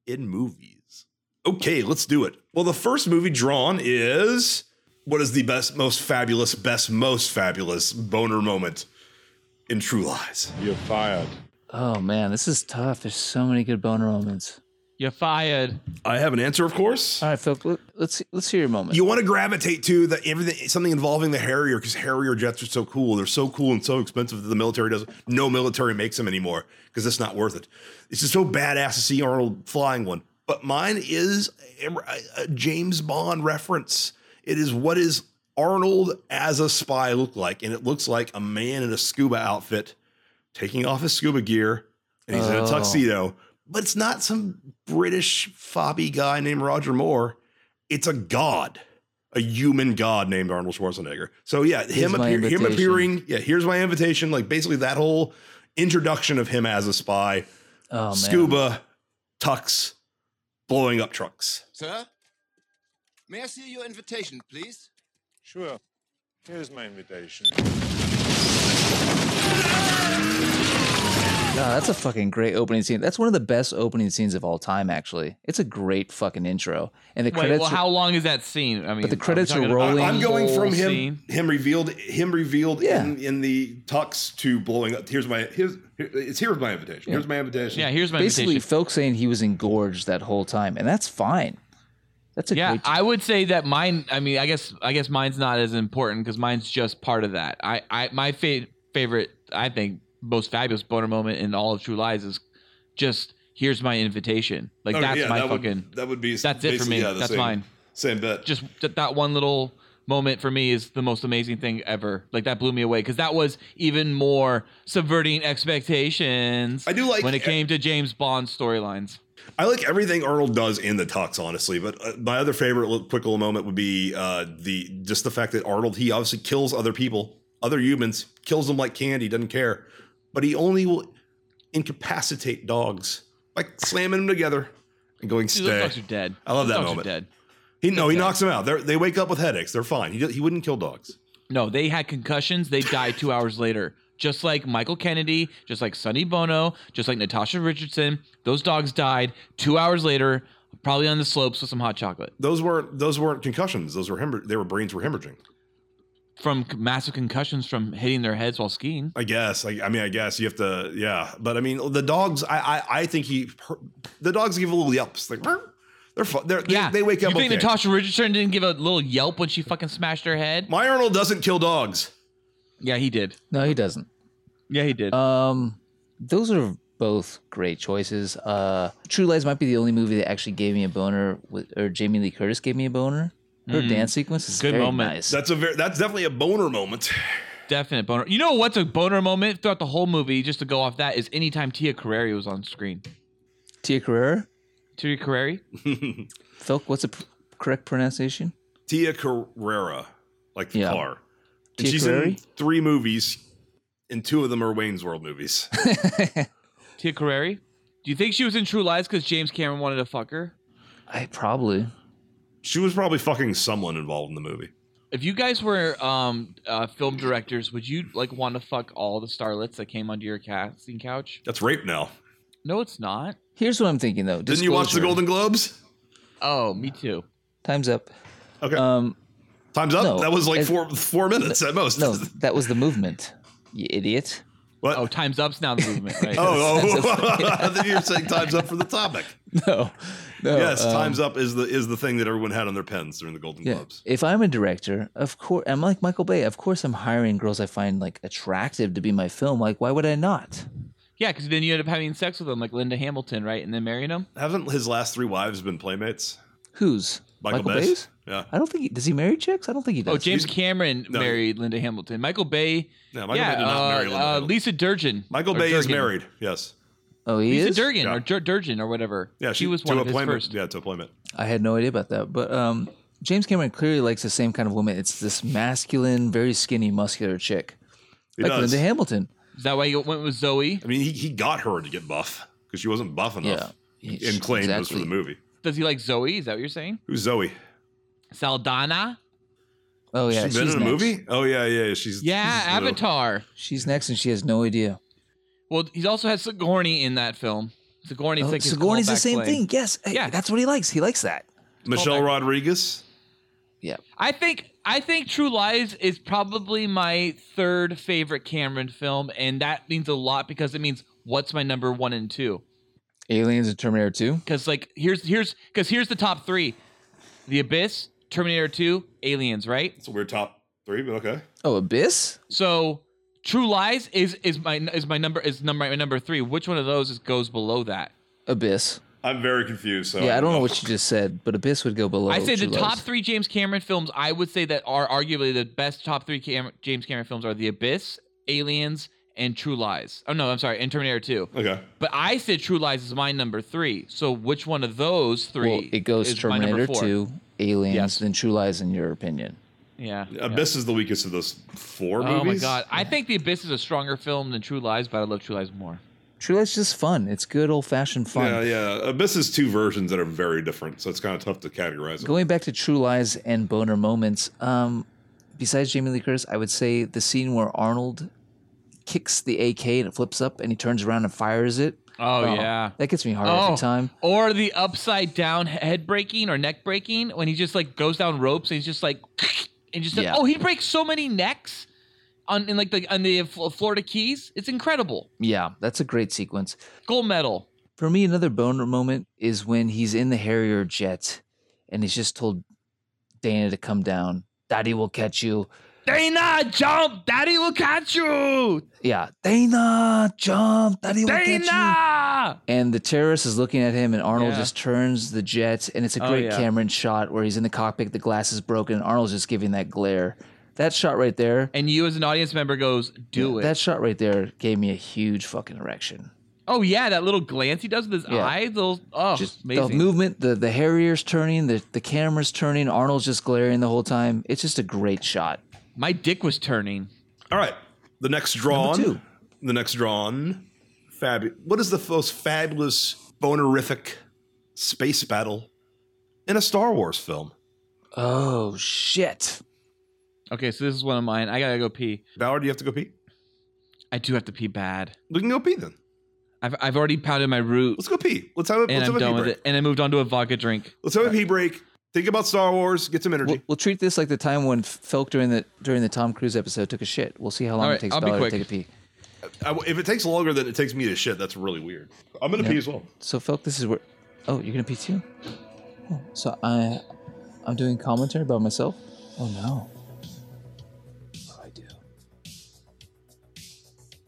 [SPEAKER 3] in movies. Okay, let's do it. Well, the first movie drawn is what is the best, most fabulous, best, most fabulous boner moment in True Lies?
[SPEAKER 9] You're fired.
[SPEAKER 1] Oh man, this is tough. There's so many good boner moments.
[SPEAKER 2] You're fired.
[SPEAKER 3] I have an answer, of course.
[SPEAKER 1] All right, Phil, let- let's let's hear your moment.
[SPEAKER 3] You want to gravitate to the everything, something involving the Harrier because Harrier jets are so cool. They're so cool and so expensive that the military doesn't. No military makes them anymore because it's not worth it. It's just so badass to see Arnold flying one. But mine is a, a James Bond reference. It is what is Arnold as a spy look like, and it looks like a man in a scuba outfit taking off his scuba gear, and he's in
[SPEAKER 1] Oh.
[SPEAKER 3] a tuxedo. But it's not some British fobby guy named Roger Moore. It's a god, a human god named Arnold Schwarzenegger. So yeah, him,
[SPEAKER 1] my
[SPEAKER 3] appear, him
[SPEAKER 1] invitation.
[SPEAKER 3] appearing. Yeah, here's my invitation. Like basically that whole introduction of him as a spy,
[SPEAKER 1] oh man,
[SPEAKER 3] scuba, tux, blowing up trucks.
[SPEAKER 10] Sir, may I see your invitation, please?
[SPEAKER 9] Sure. Here's my invitation.
[SPEAKER 1] God, that's a fucking great opening scene. That's one of the best opening scenes of all time, actually. It's a great fucking intro. And the
[SPEAKER 2] Wait,
[SPEAKER 1] credits
[SPEAKER 2] well,
[SPEAKER 1] are-
[SPEAKER 2] how long is that scene? I mean,
[SPEAKER 1] the
[SPEAKER 2] are we
[SPEAKER 1] credits
[SPEAKER 2] talking
[SPEAKER 1] are
[SPEAKER 2] about
[SPEAKER 1] rolling.
[SPEAKER 2] the
[SPEAKER 1] I'm
[SPEAKER 3] I'm going from
[SPEAKER 2] whole
[SPEAKER 3] him-
[SPEAKER 2] scene?
[SPEAKER 3] him revealed him revealed
[SPEAKER 1] Yeah.
[SPEAKER 3] in, in the tux to blowing up. Here's my here's here, it's here's my invitation. Here's my invitation.
[SPEAKER 2] Yeah, here's my
[SPEAKER 1] basically
[SPEAKER 2] invitation.
[SPEAKER 1] folks saying he was engorged that whole time, and that's fine. That's a
[SPEAKER 2] Yeah,
[SPEAKER 1] great
[SPEAKER 2] I would say that mine. I mean, I guess I guess mine's not as important because mine's just part of that. I, I my fa- favorite, I think, most fabulous boner moment in all of True Lies is just here's my invitation. Like
[SPEAKER 3] Okay,
[SPEAKER 2] that's
[SPEAKER 3] Oh, yeah,
[SPEAKER 2] my
[SPEAKER 3] that would-
[SPEAKER 2] fucking.
[SPEAKER 3] that would be
[SPEAKER 2] that's it for
[SPEAKER 3] basically,
[SPEAKER 2] me.
[SPEAKER 3] yeah, the
[SPEAKER 2] That's
[SPEAKER 3] same-
[SPEAKER 2] mine.
[SPEAKER 3] Same bet.
[SPEAKER 2] just th- that one little moment for me is the most amazing thing ever. Like that blew me away because that was even more subverting expectations.
[SPEAKER 3] I do like- eh
[SPEAKER 2] when it came to James Bond storylines.
[SPEAKER 3] I like everything Arnold does in the tux, honestly. But uh, my other favorite little, quick little moment would be uh, the just the fact that Arnold he obviously kills other people, other humans, kills them like candy, doesn't care, but he only will incapacitate dogs by slamming them together and going
[SPEAKER 2] Dude, those
[SPEAKER 3] stay.
[SPEAKER 2] dogs are dead.
[SPEAKER 3] I love
[SPEAKER 2] Those
[SPEAKER 3] that
[SPEAKER 2] dogs are
[SPEAKER 3] moment.
[SPEAKER 2] dead.
[SPEAKER 3] He no, he knocks them out. They're, they wake up with headaches. They're fine. He, d- he wouldn't kill dogs.
[SPEAKER 2] No, they had concussions. They died two hours later. Just like Michael Kennedy, just like Sonny Bono, just like Natasha Richardson, those dogs died two hours later, probably on the slopes with some hot chocolate
[SPEAKER 3] Those weren't those weren't concussions. Those were hemorrh- They were brains were hemorrhaging.
[SPEAKER 2] from c- massive concussions from hitting their heads while skiing.
[SPEAKER 3] I guess. I, I mean, I guess you have to. Yeah, but I mean, the dogs. I I, I think he. The dogs give a little yelps. Like "Meow." they're fu- they're they-
[SPEAKER 2] Yeah,
[SPEAKER 3] They, wake up.
[SPEAKER 2] You think
[SPEAKER 3] okay.
[SPEAKER 2] Natasha Richardson didn't give a little yelp when she fucking smashed her head?
[SPEAKER 3] My Arnold doesn't kill dogs.
[SPEAKER 2] Yeah, he did.
[SPEAKER 1] No, he doesn't.
[SPEAKER 2] Yeah, he did.
[SPEAKER 1] Um, those are both great choices. Uh, True Lies might be the only movie that actually gave me a boner, with, or Jamie Lee Curtis gave me a boner. Her
[SPEAKER 3] Hmm.
[SPEAKER 1] dance sequence is
[SPEAKER 2] Good
[SPEAKER 1] very
[SPEAKER 2] moment.
[SPEAKER 1] nice.
[SPEAKER 3] That's a very. That's definitely a boner moment.
[SPEAKER 2] Definite boner. You know what's a boner moment throughout the whole movie? Just to go off that is anytime Tia Carrere was on screen.
[SPEAKER 1] Tia Carrera,
[SPEAKER 2] Tia Carrere.
[SPEAKER 1] Phil, what's the pr- correct pronunciation?
[SPEAKER 3] Tia Carrera, like the
[SPEAKER 1] Yeah.
[SPEAKER 3] car. And
[SPEAKER 1] Tia
[SPEAKER 3] she's in
[SPEAKER 1] Carrere?
[SPEAKER 3] three movies, and two of them are Wayne's World movies.
[SPEAKER 2] Tia Carrere. Do you think she was in True Lies because James Cameron wanted to fuck her?
[SPEAKER 1] I probably.
[SPEAKER 3] she was probably fucking someone involved in the movie.
[SPEAKER 2] If you guys were um, uh, film directors, would you like want to fuck all the starlets that came onto your casting couch?
[SPEAKER 3] That's rape now.
[SPEAKER 2] No, it's not.
[SPEAKER 1] Here's what I'm thinking though.
[SPEAKER 3] Didn't you watch the
[SPEAKER 1] Disclosure.
[SPEAKER 3] Golden Globes?
[SPEAKER 2] Oh, me too.
[SPEAKER 1] Time's up.
[SPEAKER 3] Okay.
[SPEAKER 1] Um,
[SPEAKER 3] Time's up.
[SPEAKER 1] no,
[SPEAKER 3] that was like
[SPEAKER 1] it-
[SPEAKER 3] four four minutes at most.
[SPEAKER 1] no, that was the movement. You idiot.
[SPEAKER 3] What?
[SPEAKER 2] Oh, time's up's now the movement. Right?
[SPEAKER 3] Oh, oh. I thought you were saying time's up for the topic.
[SPEAKER 1] No, no.
[SPEAKER 3] yes,
[SPEAKER 1] um,
[SPEAKER 3] time's up is the is the thing that everyone had on their pens during the Golden
[SPEAKER 1] Yeah.
[SPEAKER 3] Globes.
[SPEAKER 1] If I'm a director, of course, I'm like Michael Bay. Of course, I'm hiring girls I find like attractive to be my film. Like, why would I not?
[SPEAKER 2] Yeah, because then you end up having sex with them, like Linda Hamilton, right? And then marrying them.
[SPEAKER 3] Haven't his last three wives been playmates?
[SPEAKER 1] Who's
[SPEAKER 3] Michael, Bay.
[SPEAKER 1] Bay's?
[SPEAKER 3] Yeah.
[SPEAKER 1] I don't think he does. He marry chicks? I don't think he does.
[SPEAKER 2] Oh, James Cameron
[SPEAKER 3] no.
[SPEAKER 2] married Linda Hamilton. Michael Bay.
[SPEAKER 3] No, Michael
[SPEAKER 2] yeah,
[SPEAKER 3] Bay did not
[SPEAKER 2] uh,
[SPEAKER 3] marry Linda
[SPEAKER 2] uh,
[SPEAKER 3] Hamilton.
[SPEAKER 2] Lisa Durgin.
[SPEAKER 3] Michael
[SPEAKER 2] or
[SPEAKER 3] Bay is
[SPEAKER 2] Durgan.
[SPEAKER 3] married. Yes.
[SPEAKER 1] Oh, he
[SPEAKER 2] Lisa
[SPEAKER 1] is.
[SPEAKER 2] Durgin
[SPEAKER 3] Yeah.
[SPEAKER 2] or Dur- Durgin or whatever.
[SPEAKER 3] Yeah,
[SPEAKER 2] she, was one
[SPEAKER 3] to
[SPEAKER 2] of
[SPEAKER 3] a
[SPEAKER 2] his
[SPEAKER 3] playmate.
[SPEAKER 2] first.
[SPEAKER 3] Yeah, to a playmate.
[SPEAKER 1] I had no idea about that, but um, James Cameron clearly likes the same kind of woman. It's this masculine, very skinny, muscular chick,
[SPEAKER 3] He
[SPEAKER 1] like
[SPEAKER 3] does.
[SPEAKER 1] Linda Hamilton.
[SPEAKER 2] Is that why you went with Zoe?
[SPEAKER 3] I mean, he, he got her to get buff because she wasn't buff enough.
[SPEAKER 1] Yeah.
[SPEAKER 3] Oh. And claimed it was for the
[SPEAKER 1] Exactly.
[SPEAKER 3] movie.
[SPEAKER 2] Does he like Zoe? Is that what you're saying?
[SPEAKER 3] Who's Zoe?
[SPEAKER 2] Saldana?
[SPEAKER 1] Oh yeah,
[SPEAKER 3] She's been
[SPEAKER 1] she's
[SPEAKER 3] in a
[SPEAKER 1] next.
[SPEAKER 3] movie? Oh yeah, yeah. She's
[SPEAKER 2] Yeah,
[SPEAKER 3] she's little.
[SPEAKER 2] Avatar.
[SPEAKER 1] She's next, and she has no idea.
[SPEAKER 2] Well, he's also had Sigourney in that film. Sigourney's
[SPEAKER 1] Oh,
[SPEAKER 2] like his
[SPEAKER 1] Sigourney's the
[SPEAKER 2] callback
[SPEAKER 1] same
[SPEAKER 2] play.
[SPEAKER 1] thing. Yes, Hey,
[SPEAKER 2] Yeah.
[SPEAKER 1] that's what he likes. He likes that.
[SPEAKER 3] Michelle
[SPEAKER 2] Callback.
[SPEAKER 3] Rodriguez.
[SPEAKER 2] I think I think True Lies is probably my third favorite Cameron film, and that means a lot because it means what's my number one and two.
[SPEAKER 1] Aliens and Terminator Two.
[SPEAKER 2] Because like here's here's because here's the top three: The Abyss, Terminator Two, Aliens. Right.
[SPEAKER 3] It's a weird top three, but okay.
[SPEAKER 1] Oh, Abyss.
[SPEAKER 2] So True Lies is is my is my number is number my number three. Which one of those is, goes below that?
[SPEAKER 1] Abyss.
[SPEAKER 3] I'm very confused. So
[SPEAKER 1] Yeah, I don't know what you just said, but Abyss would go below.
[SPEAKER 2] I say the
[SPEAKER 1] True
[SPEAKER 2] top
[SPEAKER 1] Lies.
[SPEAKER 2] three James Cameron films. I would say that are arguably the best top three Cam- James Cameron films are The Abyss, Aliens, and True Lies. Oh no, I'm sorry, and Terminator Two.
[SPEAKER 3] Okay.
[SPEAKER 2] But I said True Lies is my number three. So which one of those three?
[SPEAKER 1] Well, it goes
[SPEAKER 2] is my number
[SPEAKER 1] Terminator
[SPEAKER 2] four?
[SPEAKER 1] Two, Aliens,
[SPEAKER 2] Yes.
[SPEAKER 1] then True Lies. In your opinion,
[SPEAKER 2] Yeah. yeah.
[SPEAKER 3] Abyss is the weakest of those four
[SPEAKER 2] Oh my
[SPEAKER 3] movies.
[SPEAKER 2] god, I think The Abyss is a stronger film than True Lies, but I love True Lies more.
[SPEAKER 1] True Lies is just fun. It's good old fashioned fun.
[SPEAKER 3] Yeah, yeah. Abyss is two versions that are very different, so it's kind of tough to categorize. Them.
[SPEAKER 1] Going back to True Lies and boner moments. Um, besides Jamie Lee Curtis, I would say the scene where Arnold kicks the AK and it flips up, and he turns around and fires it.
[SPEAKER 2] Oh, yeah.
[SPEAKER 1] that gets me hard
[SPEAKER 2] Oh,
[SPEAKER 1] every time.
[SPEAKER 2] or the upside down head breaking or neck breaking when he just like goes down ropes and he's just like and just
[SPEAKER 1] Yeah.
[SPEAKER 2] oh he breaks so many necks on in like the on the F- Florida Keys. It's incredible.
[SPEAKER 1] Yeah, that's a great sequence.
[SPEAKER 2] Gold medal.
[SPEAKER 1] For me, another boner moment is when he's in the Harrier jet, and he's just told Dana to come down. Daddy will catch you.
[SPEAKER 2] Dana, jump! Daddy will catch you!
[SPEAKER 1] Yeah, Dana, jump! Daddy will catch you.
[SPEAKER 2] Dana!
[SPEAKER 1] and the terrorist is looking at him and arnold
[SPEAKER 2] Yeah.
[SPEAKER 1] just turns the jet and it's a
[SPEAKER 2] Oh,
[SPEAKER 1] great
[SPEAKER 2] yeah.
[SPEAKER 1] cameron shot where he's in the cockpit the glass is broken and arnold's just giving that glare that shot right there
[SPEAKER 2] And you as an audience member goes, do it.
[SPEAKER 1] that shot right there gave me a huge fucking erection
[SPEAKER 2] oh yeah, that little glance he does with his
[SPEAKER 1] Yeah.
[SPEAKER 2] eye, those oh
[SPEAKER 1] just
[SPEAKER 2] amazing.
[SPEAKER 1] the movement the the harrier's turning the, the camera's turning arnold's just glaring the whole time it's just a great shot
[SPEAKER 2] My dick was turning.
[SPEAKER 11] All right. The next drawn.
[SPEAKER 1] two.
[SPEAKER 11] The next drawn. Fabu- what is the most fabulous, bonerific space battle in a Star Wars film?
[SPEAKER 1] oh shit
[SPEAKER 2] Okay, so this is one of mine. I gotta go pee.
[SPEAKER 11] Ballard, do you have to go pee?
[SPEAKER 2] I do have to pee bad.
[SPEAKER 11] We can go pee then.
[SPEAKER 2] I've, I've already pounded my root
[SPEAKER 11] Let's go pee. Let's have a,
[SPEAKER 2] and
[SPEAKER 11] let's
[SPEAKER 2] I'm
[SPEAKER 11] have a pee
[SPEAKER 2] done with
[SPEAKER 11] break.
[SPEAKER 2] it. And I moved on to a vodka drink.
[SPEAKER 11] Let's have a pee break. Think about Star Wars. Get some energy.
[SPEAKER 1] We'll, we'll treat this like the time when Felk during the during the Tom Cruise episode took a shit. We'll see how long
[SPEAKER 2] right,
[SPEAKER 1] it takes
[SPEAKER 2] I'll be
[SPEAKER 1] Ballard to
[SPEAKER 2] quick.
[SPEAKER 1] take a pee.
[SPEAKER 11] I, if it takes longer than it takes me to shit, that's really weird. I'm gonna pee as well.
[SPEAKER 1] So Felk, this is where. Oh, you're gonna pee too. Oh, so I, I'm doing commentary by myself. Oh no. What do I do?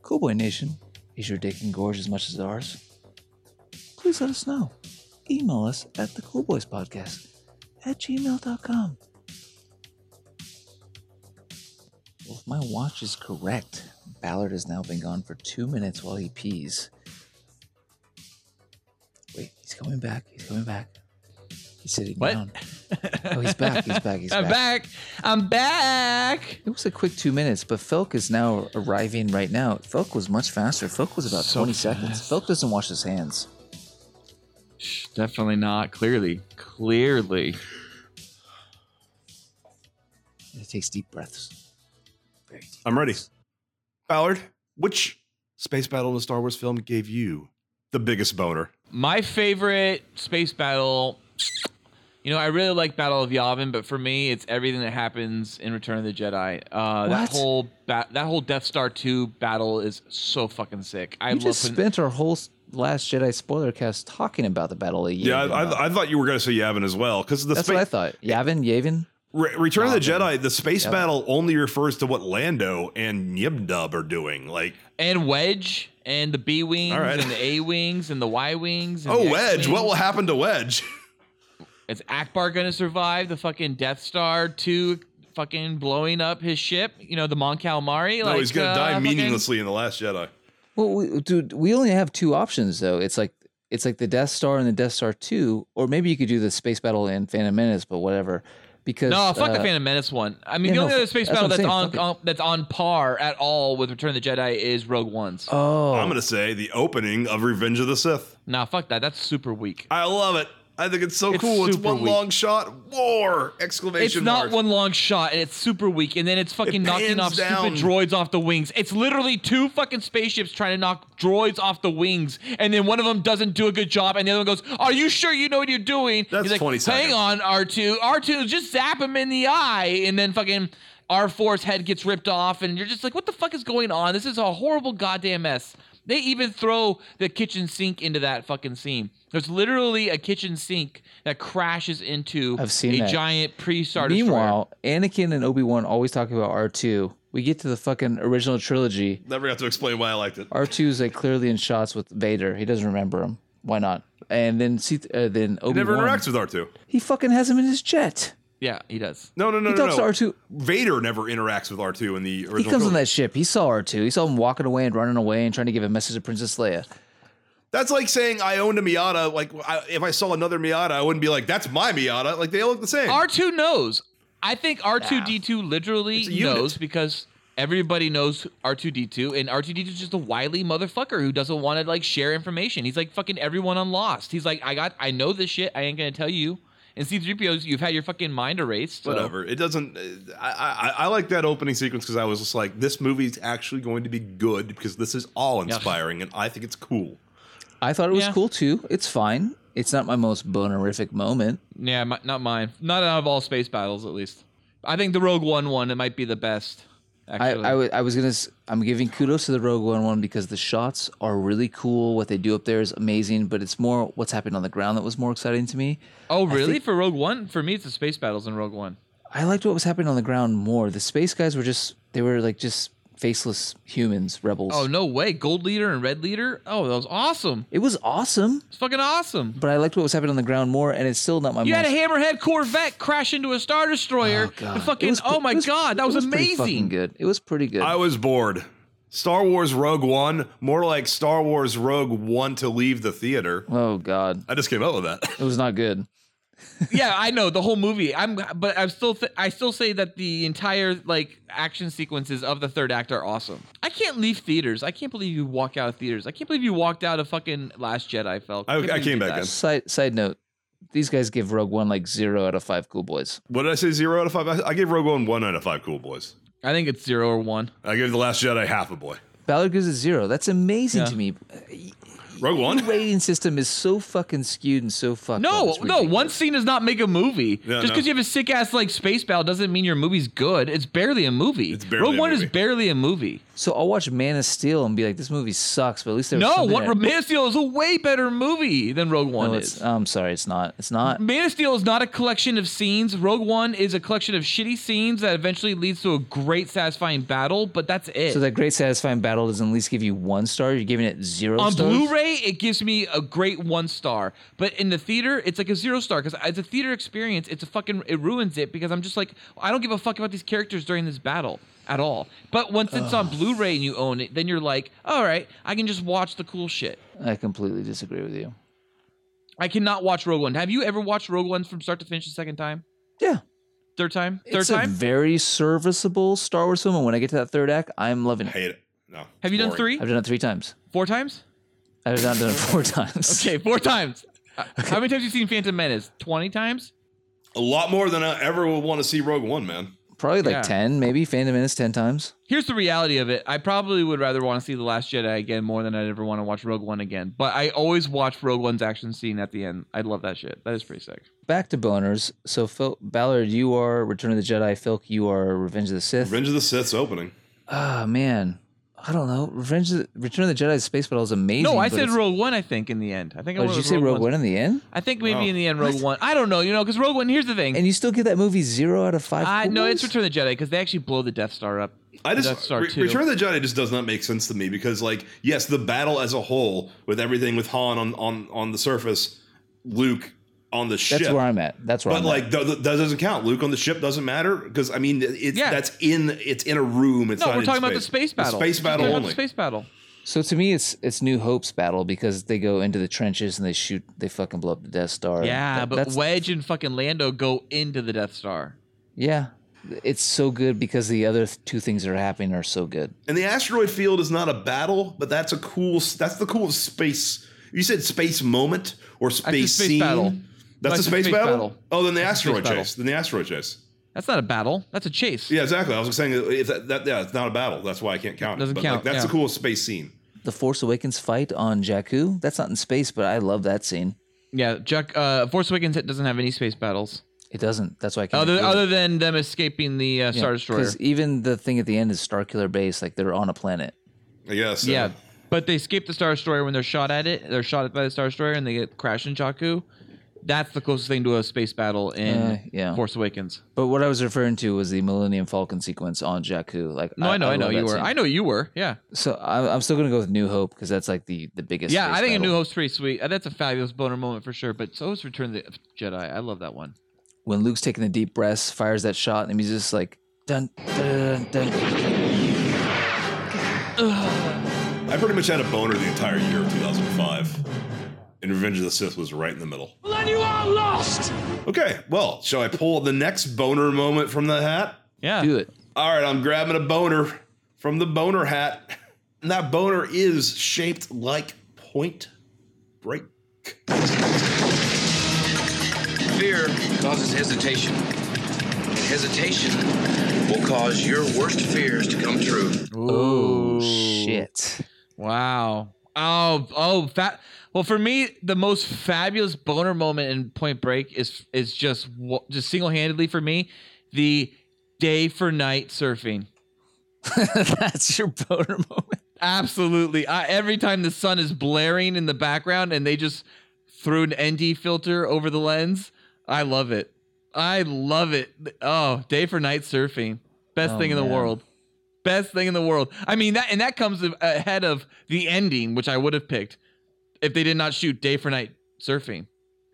[SPEAKER 1] Cool boy nation, is your dick engorged as much as ours? Please let us know. Email us at the Cool Boys Podcast at gmail.com. Well, if my watch is correct, Ballard has now been gone for two minutes while he pees. Wait, he's coming back. He's coming back. He's sitting
[SPEAKER 2] What?
[SPEAKER 1] down. Oh, he's back. He's back. He's
[SPEAKER 2] I'm back. I'm back.
[SPEAKER 1] It was a quick two minutes, but Felk is now arriving right now. Felk was much faster. Felk was about 20 seconds. Felk doesn't wash his hands.
[SPEAKER 2] Definitely not. Clearly. Clearly.
[SPEAKER 1] He takes deep breaths. Very deep.
[SPEAKER 11] I'm ready. Ballard, which space battle in the Star Wars film gave you the biggest boner?
[SPEAKER 2] My favorite space battle. You know, I really like Battle of Yavin, but for me, it's everything that happens in Return of the Jedi. Uh, that
[SPEAKER 1] What?
[SPEAKER 2] whole ba- that whole Death Star two battle is so fucking sick. I
[SPEAKER 1] We
[SPEAKER 2] love
[SPEAKER 1] just
[SPEAKER 2] putting-
[SPEAKER 1] spent our whole s- last Jedi spoiler cast talking about the Battle of Yavin.
[SPEAKER 11] Yeah, I, I, I thought you were gonna say Yavin as well because the
[SPEAKER 1] That's
[SPEAKER 11] spa-
[SPEAKER 1] what I thought. Oh, Yavin, Yavin.
[SPEAKER 11] Re- Return of the Jedi, the space battle only refers to what Lando and Yib Dub are doing. Like,
[SPEAKER 2] and Wedge and the B wings
[SPEAKER 11] All right.
[SPEAKER 2] and the A wings and the Y wings. and
[SPEAKER 11] oh
[SPEAKER 2] the
[SPEAKER 11] Wedge, what
[SPEAKER 2] X-wings.
[SPEAKER 11] will happen to Wedge?
[SPEAKER 2] Is Akbar gonna survive the fucking Death Star two fucking blowing up his ship? You know, the Mon Calamari.
[SPEAKER 11] no, he's
[SPEAKER 2] like,
[SPEAKER 11] gonna
[SPEAKER 2] uh,
[SPEAKER 11] die
[SPEAKER 2] fucking-
[SPEAKER 11] meaninglessly in the Last Jedi.
[SPEAKER 1] Well, we, dude, we only have two options though. It's like it's like the Death Star and the Death Star Two, or maybe you could do the space battle in Phantom Menace, but whatever. Because
[SPEAKER 2] No, fuck
[SPEAKER 1] uh,
[SPEAKER 2] the Phantom Menace one. I
[SPEAKER 1] yeah,
[SPEAKER 2] mean, the
[SPEAKER 1] no,
[SPEAKER 2] only other
[SPEAKER 1] fuck-
[SPEAKER 2] space
[SPEAKER 1] that's
[SPEAKER 2] battle
[SPEAKER 1] what
[SPEAKER 2] that's
[SPEAKER 1] I'm
[SPEAKER 2] on,
[SPEAKER 1] saying,
[SPEAKER 2] on that's on par at all with Return of the Jedi is Rogue One's.
[SPEAKER 1] Oh,
[SPEAKER 11] I'm gonna say the opening of Revenge of the Sith.
[SPEAKER 2] nah, fuck that. That's super weak.
[SPEAKER 11] I love it. I think it's so
[SPEAKER 2] It's
[SPEAKER 11] cool. It's
[SPEAKER 2] super
[SPEAKER 11] one
[SPEAKER 2] weak.
[SPEAKER 11] long shot. War! Exclamation
[SPEAKER 2] It's not
[SPEAKER 11] mark.
[SPEAKER 2] one long shot, and it's super weak. And then it's fucking knocking
[SPEAKER 11] pans
[SPEAKER 2] off
[SPEAKER 11] down.
[SPEAKER 2] stupid droids off the wings. It's literally two fucking spaceships trying to knock droids off the wings, and then one of them doesn't do a good job, and the other one goes, "Are you sure you know what you're doing?"
[SPEAKER 11] That's
[SPEAKER 2] He's like,
[SPEAKER 11] 20 seconds.
[SPEAKER 2] Hang on, R two, R two, just zap him in the eye, and then fucking. R4's head gets ripped off, and you're just like, what the fuck is going on? This is a horrible goddamn mess. They even throw the kitchen sink into that fucking scene. There's literally a kitchen sink that crashes into
[SPEAKER 1] I've seen
[SPEAKER 2] a
[SPEAKER 1] that.
[SPEAKER 2] giant pre-star destroyer.
[SPEAKER 1] Meanwhile, Anakin and Obi Wan always talk about R two. We get to the fucking original trilogy.
[SPEAKER 11] Never got to explain why I liked it.
[SPEAKER 1] R 2s like clearly in shots with Vader. He doesn't remember him. Why not? And then C- uh, then Obi
[SPEAKER 11] Never
[SPEAKER 1] Wan.
[SPEAKER 11] interacts with R2.
[SPEAKER 1] He fucking has him in his jet.
[SPEAKER 2] Yeah, he does.
[SPEAKER 11] No, no, no,
[SPEAKER 1] He
[SPEAKER 11] no.
[SPEAKER 1] talks
[SPEAKER 11] no.
[SPEAKER 1] to R2.
[SPEAKER 11] Vader never interacts with R2 in the original.
[SPEAKER 1] He comes on
[SPEAKER 11] trilogy.
[SPEAKER 1] that ship. He saw R2. He saw him walking away and running away and trying to give a message to Princess Leia.
[SPEAKER 11] That's like saying I owned a Miata. Like I, if I saw another Miata, I wouldn't be like, "That's my Miata." Like they all look the same.
[SPEAKER 2] R2 knows. I think R2D2 literally
[SPEAKER 11] It's a unit.
[SPEAKER 2] knows because everybody knows R2D2 and R2D2 is just a wily motherfucker who doesn't want to like share information. He's like fucking everyone on Lost. He's like I got I know this shit. I ain't going to tell you. And C3PO, you've had your fucking mind erased. so-
[SPEAKER 11] Whatever. It doesn't. I, I I like that opening sequence because I was just like, this movie's actually going to be good because this is all inspiring and I think it's cool.
[SPEAKER 1] I thought it was
[SPEAKER 2] Yeah.
[SPEAKER 1] cool too. It's fine. It's not my most bonerific moment.
[SPEAKER 2] Yeah, mi- not mine. Not out of all space battles, at least. I think the Rogue One one it might be the best.
[SPEAKER 1] I,
[SPEAKER 2] Actually,
[SPEAKER 1] I, wa- I was gonna. s- I'm giving kudos to the Rogue One one because the shots are really cool. What they do up there is amazing, but it's more what's happening on the ground that was more exciting to me.
[SPEAKER 2] oh really?
[SPEAKER 1] think-
[SPEAKER 2] For Rogue One, for me, it's the space battles in Rogue One.
[SPEAKER 1] I liked what was happening on the ground more. The space guys were just they were like just faceless humans, rebels.
[SPEAKER 2] Oh no way! Gold leader and red leader. Oh, that was awesome.
[SPEAKER 1] It was awesome,
[SPEAKER 2] It's fucking awesome.
[SPEAKER 1] but I liked what was happening on the ground more, and it's still not my
[SPEAKER 2] You had
[SPEAKER 1] most.
[SPEAKER 2] a hammerhead Corvette crash into a star destroyer.
[SPEAKER 1] God.
[SPEAKER 2] and
[SPEAKER 1] It
[SPEAKER 2] fucking
[SPEAKER 1] was pre-
[SPEAKER 2] oh my
[SPEAKER 1] it
[SPEAKER 2] god, that
[SPEAKER 1] it
[SPEAKER 2] was,
[SPEAKER 1] pretty fucking
[SPEAKER 2] amazing.
[SPEAKER 1] Good. It was pretty good.
[SPEAKER 11] I was bored. Star Wars Rogue One, more like Star Wars Rogue One to leave the theater.
[SPEAKER 1] oh god,
[SPEAKER 11] I just came up with that.
[SPEAKER 1] it was not good.
[SPEAKER 2] yeah, I know the whole movie. I'm, but I'm still, th- I still say that the entire like action sequences of the third act are awesome. I can't leave theaters. I can't believe you walk out of theaters. I can't believe you walked out of fucking Last Jedi. Felt
[SPEAKER 11] I- I came back in.
[SPEAKER 1] Side side note, these guys give Rogue One like zero out of five cool boys.
[SPEAKER 11] What did I say? Zero out of five? I, I gave Rogue One one out of five cool boys.
[SPEAKER 2] I think it's zero or one.
[SPEAKER 11] I gave The Last Jedi half a boy.
[SPEAKER 1] Ballard gives it zero. That's amazing
[SPEAKER 2] Yeah.
[SPEAKER 1] to me.
[SPEAKER 11] Rogue
[SPEAKER 1] The
[SPEAKER 11] One?
[SPEAKER 1] rating system is so fucking skewed and so fucked. up.
[SPEAKER 2] No,
[SPEAKER 1] It's
[SPEAKER 2] no.
[SPEAKER 1] ridiculous.
[SPEAKER 2] One scene does not make a movie.
[SPEAKER 11] Oh, Yeah,
[SPEAKER 2] Just
[SPEAKER 11] no.
[SPEAKER 2] because you have a sick ass like space battle doesn't mean your movie's good. It's barely a movie.
[SPEAKER 11] It's barely
[SPEAKER 2] Rogue
[SPEAKER 11] a
[SPEAKER 2] One
[SPEAKER 11] movie.
[SPEAKER 2] is barely a movie.
[SPEAKER 1] So I'll watch Man of Steel and be like, this movie sucks, but at least there was
[SPEAKER 2] No,
[SPEAKER 1] something
[SPEAKER 2] what
[SPEAKER 1] that-
[SPEAKER 2] Man of Steel is a way better movie than Rogue
[SPEAKER 1] No,
[SPEAKER 2] One
[SPEAKER 1] it's- uh,
[SPEAKER 2] is.
[SPEAKER 1] I'm sorry, it's not. It's not.
[SPEAKER 2] Man of Steel is not a collection of scenes. Rogue One is a collection of shitty scenes that eventually leads to a great, satisfying battle, but that's it.
[SPEAKER 1] So that great satisfying battle doesn't at least give you one star. You're giving it zero
[SPEAKER 2] on
[SPEAKER 1] stars.
[SPEAKER 2] Blu-ray, it gives me a great one star, but in the theater, it's like a zero star because it's a theater experience. It's a fucking it ruins it because I'm just like I don't give a fuck about these characters during this battle at all. But once it's on Blu-ray and you own it, then you're like, all right, I can just watch the cool shit.
[SPEAKER 1] I completely disagree with you.
[SPEAKER 2] I cannot watch Rogue One. Have you ever watched Rogue One from start to finish the second time,
[SPEAKER 1] Yeah,
[SPEAKER 2] third time, third
[SPEAKER 1] it's a
[SPEAKER 2] time?
[SPEAKER 1] very serviceable Star Wars film. And when I get to that third act, I'm loving it.
[SPEAKER 11] Hate it. No.
[SPEAKER 2] Have you done
[SPEAKER 11] Boring.
[SPEAKER 2] three,
[SPEAKER 1] I've done it three times.
[SPEAKER 2] four times?
[SPEAKER 1] I've not done it four times.
[SPEAKER 2] Okay, four times. Uh, How many times have you seen Phantom Menace? 20 times?
[SPEAKER 11] A lot more than I ever would want to see Rogue One, man.
[SPEAKER 1] probably like
[SPEAKER 2] Yeah.
[SPEAKER 1] ten, maybe Phantom Menace ten times.
[SPEAKER 2] Here's the reality of it. I probably would rather want to see The Last Jedi again more than I'd ever want to watch Rogue One again. But I always watch Rogue One's action scene at the end. I love that shit. That is pretty sick.
[SPEAKER 1] Back to boners. So Phil Ballard, you are Return of the Jedi. Philk, you are Revenge of the Sith.
[SPEAKER 11] Revenge of the Sith's opening.
[SPEAKER 1] Ah man, I don't know. Revenge, of the, Return of the Jedi space battle is amazing.
[SPEAKER 2] No, I
[SPEAKER 1] but
[SPEAKER 2] said
[SPEAKER 1] it's-
[SPEAKER 2] Rogue One, I think, in the end. I think I
[SPEAKER 1] Oh,
[SPEAKER 2] went
[SPEAKER 1] did you
[SPEAKER 2] with
[SPEAKER 1] say Rogue
[SPEAKER 2] One's-
[SPEAKER 1] One in the end?
[SPEAKER 2] I think maybe in the end, Rogue One. I don't know, you know, because Rogue One, here's the thing.
[SPEAKER 1] And you still give that movie zero out of five.
[SPEAKER 2] I
[SPEAKER 1] cool
[SPEAKER 2] no, it's
[SPEAKER 1] boys?
[SPEAKER 2] Return of the Jedi because they actually blow the Death Star up.
[SPEAKER 11] I
[SPEAKER 2] Death
[SPEAKER 11] just
[SPEAKER 2] Star
[SPEAKER 11] Re-
[SPEAKER 2] 2.
[SPEAKER 11] Return of the Jedi just does not make sense to me because like yes, the battle as a whole with everything with Han on on on the surface, Luke on the ship.
[SPEAKER 1] That's where I'm at. That's where
[SPEAKER 11] but
[SPEAKER 1] I'm at.
[SPEAKER 11] like th- th- that doesn't count. Luke on the ship doesn't matter because I mean it's
[SPEAKER 2] Yeah.
[SPEAKER 11] that's in it's in a room. It's
[SPEAKER 2] No,
[SPEAKER 11] not
[SPEAKER 2] we're
[SPEAKER 11] in
[SPEAKER 2] talking about the space battle.
[SPEAKER 11] space
[SPEAKER 2] We're
[SPEAKER 11] battle
[SPEAKER 2] talking about
[SPEAKER 11] only.
[SPEAKER 2] The space battle.
[SPEAKER 1] So to me, it's it's New Hope's battle because they go into the trenches and they shoot. They fucking blow up the Death Star.
[SPEAKER 2] Yeah,
[SPEAKER 1] That-
[SPEAKER 2] but
[SPEAKER 1] that's-
[SPEAKER 2] Wedge and fucking Lando go into the Death Star.
[SPEAKER 1] yeah, it's so good because the other th- two things that are happening are so good.
[SPEAKER 11] And the asteroid field is not a battle, but that's a cool. s- That's the coolest space. You said space moment or
[SPEAKER 2] a
[SPEAKER 11] space,
[SPEAKER 2] space
[SPEAKER 11] scene.
[SPEAKER 2] battle.
[SPEAKER 11] That's
[SPEAKER 2] That's
[SPEAKER 11] a
[SPEAKER 2] a
[SPEAKER 11] space,
[SPEAKER 2] space
[SPEAKER 11] battle?
[SPEAKER 2] battle.
[SPEAKER 11] Oh, then the
[SPEAKER 2] That's a space
[SPEAKER 11] asteroid
[SPEAKER 2] battle.
[SPEAKER 11] chase. Then the asteroid chase.
[SPEAKER 2] That's not a battle. That's a chase.
[SPEAKER 11] Yeah, exactly. I was saying if that, that yeah, it's not a battle. That's why I can't count. it.
[SPEAKER 2] Doesn't
[SPEAKER 11] but
[SPEAKER 2] count,
[SPEAKER 11] Like, that's
[SPEAKER 2] yeah.
[SPEAKER 11] the coolest space scene.
[SPEAKER 1] The Force Awakens fight on Jakku. That's not in space, but I love that scene.
[SPEAKER 2] Yeah, Jack. Uh, Force Awakens it doesn't have any space battles
[SPEAKER 1] It doesn't. That's why I can't.
[SPEAKER 2] other
[SPEAKER 1] include it.
[SPEAKER 2] other than them escaping the uh, Star Destroyer.
[SPEAKER 1] Because even the thing at the end is Starkiller Base. Like they're on a planet.
[SPEAKER 11] I guess. uh,
[SPEAKER 2] Yeah, but they escape the Star Destroyer when they're shot at it. They're shot at by the Star Destroyer and they get crashed in Jakku. That's the closest thing to a space battle in
[SPEAKER 1] Uh, yeah.
[SPEAKER 2] Force Awakens.
[SPEAKER 1] But what I was referring to was the Millennium Falcon sequence on Jakku. Like
[SPEAKER 2] No, I, know, I, know
[SPEAKER 1] love
[SPEAKER 2] you
[SPEAKER 1] that
[SPEAKER 2] were.
[SPEAKER 1] scene.
[SPEAKER 2] I know you were. Yeah,
[SPEAKER 1] So I'm, I'm still gonna go with New Hope because that's like the the biggest.
[SPEAKER 2] yeah.
[SPEAKER 1] space
[SPEAKER 2] I think
[SPEAKER 1] battle.
[SPEAKER 2] a New Hope's pretty sweet. Uh, That's a fabulous boner moment for sure. But so is Return of the Jedi. I love that one.
[SPEAKER 1] when Luke's taking the deep breaths, fires that shot, and he's just like, dun, dun, dun, dun.
[SPEAKER 11] I pretty much had a boner the entire year of 2005, and Revenge of the Sith was right in the middle. Well, then you are lost. Okay. Well, shall I pull the next boner moment from the hat?
[SPEAKER 2] Yeah.
[SPEAKER 1] do it.
[SPEAKER 11] All right, I'm grabbing a boner from the boner hat, and that boner is shaped like Point Break.
[SPEAKER 4] Fear
[SPEAKER 10] Fear causes hesitation. And hesitation will cause your worst fears to come true.
[SPEAKER 1] Oh, shit.
[SPEAKER 2] Wow. Oh, oh, fat. Well, for me, the most fabulous boner moment in Point Break is is just wa- just single handedly for me, the day for night surfing.
[SPEAKER 1] That's your boner moment.
[SPEAKER 2] Absolutely. I, every time the sun is blaring in the background and they just threw an ND filter over the lens, I love it. I love it. Oh, day for night surfing. Best
[SPEAKER 1] Oh,
[SPEAKER 2] thing in the
[SPEAKER 1] man.
[SPEAKER 2] world. Best thing in the world. I mean that and that comes a- ahead of the ending which I would have picked if they did not shoot day for night surfing.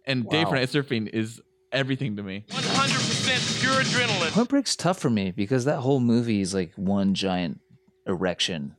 [SPEAKER 2] And day for
[SPEAKER 1] Wow.
[SPEAKER 2] night surfing is everything to me.
[SPEAKER 12] 100% pure adrenaline.
[SPEAKER 1] Point Break's tough for me because that whole movie is like one giant erection.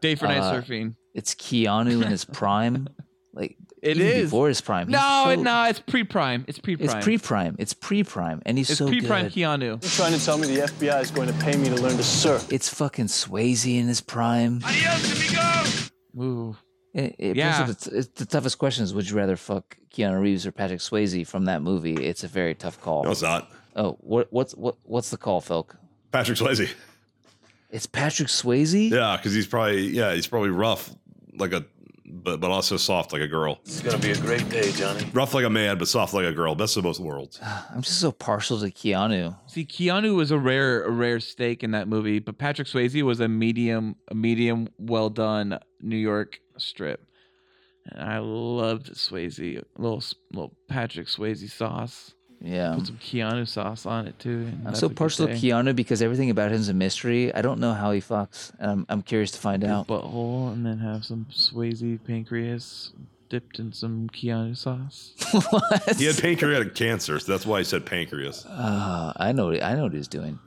[SPEAKER 2] Day for night
[SPEAKER 1] Uh,
[SPEAKER 2] surfing.
[SPEAKER 1] It's Keanu in his prime. Like
[SPEAKER 2] It
[SPEAKER 1] even
[SPEAKER 2] is.
[SPEAKER 1] before his prime. He's
[SPEAKER 2] No,
[SPEAKER 1] so-
[SPEAKER 2] no, it's pre-prime. It's pre-prime.
[SPEAKER 1] It's pre-prime. It's pre-prime, and he's
[SPEAKER 2] It's
[SPEAKER 1] so
[SPEAKER 2] pre-prime
[SPEAKER 1] good.
[SPEAKER 2] Keanu.
[SPEAKER 12] You're trying to tell me the FBI is going to pay me to learn to surf.
[SPEAKER 1] It's fucking Swayze in his prime.
[SPEAKER 12] Adios, amigos!
[SPEAKER 2] Ooh.
[SPEAKER 1] It, it
[SPEAKER 2] Yeah.
[SPEAKER 1] brings up the, it's the toughest questions. Would you rather fuck Keanu Reeves or Patrick Swayze from that movie? It's a very tough call.
[SPEAKER 11] No, it's not.
[SPEAKER 1] Oh, what what's what what's the call, Felk?
[SPEAKER 11] Patrick Swayze.
[SPEAKER 1] It's Patrick Swayze.
[SPEAKER 11] Yeah, because he's probably yeah he's probably rough like a but but also soft like a girl.
[SPEAKER 12] It's going to be a great day, Johnny.
[SPEAKER 11] Rough like a man, but soft like a girl. Best of both worlds.
[SPEAKER 1] I'm just so partial to Keanu.
[SPEAKER 2] See, Keanu was a rare, a rare steak in that movie, but Patrick Swayze was a medium, a medium, well done New York strip, and I loved Swayze. Little, s- little Patrick Swayze sauce.
[SPEAKER 1] Yeah.
[SPEAKER 2] Put some Keanu sauce on it too. and
[SPEAKER 1] I'm
[SPEAKER 2] that's
[SPEAKER 1] so
[SPEAKER 2] a good
[SPEAKER 1] partial to
[SPEAKER 2] day.
[SPEAKER 1] Keanu because everything about him is a mystery. I don't know how he fucks, and I'm, I'm curious to find
[SPEAKER 2] Your
[SPEAKER 1] out.
[SPEAKER 2] Butthole, and then have some Swayze pancreas dipped in some Keanu sauce.
[SPEAKER 1] what?
[SPEAKER 11] He had pancreatic cancer, so that's why I said pancreas.
[SPEAKER 1] Uh, I know. I know what he's doing.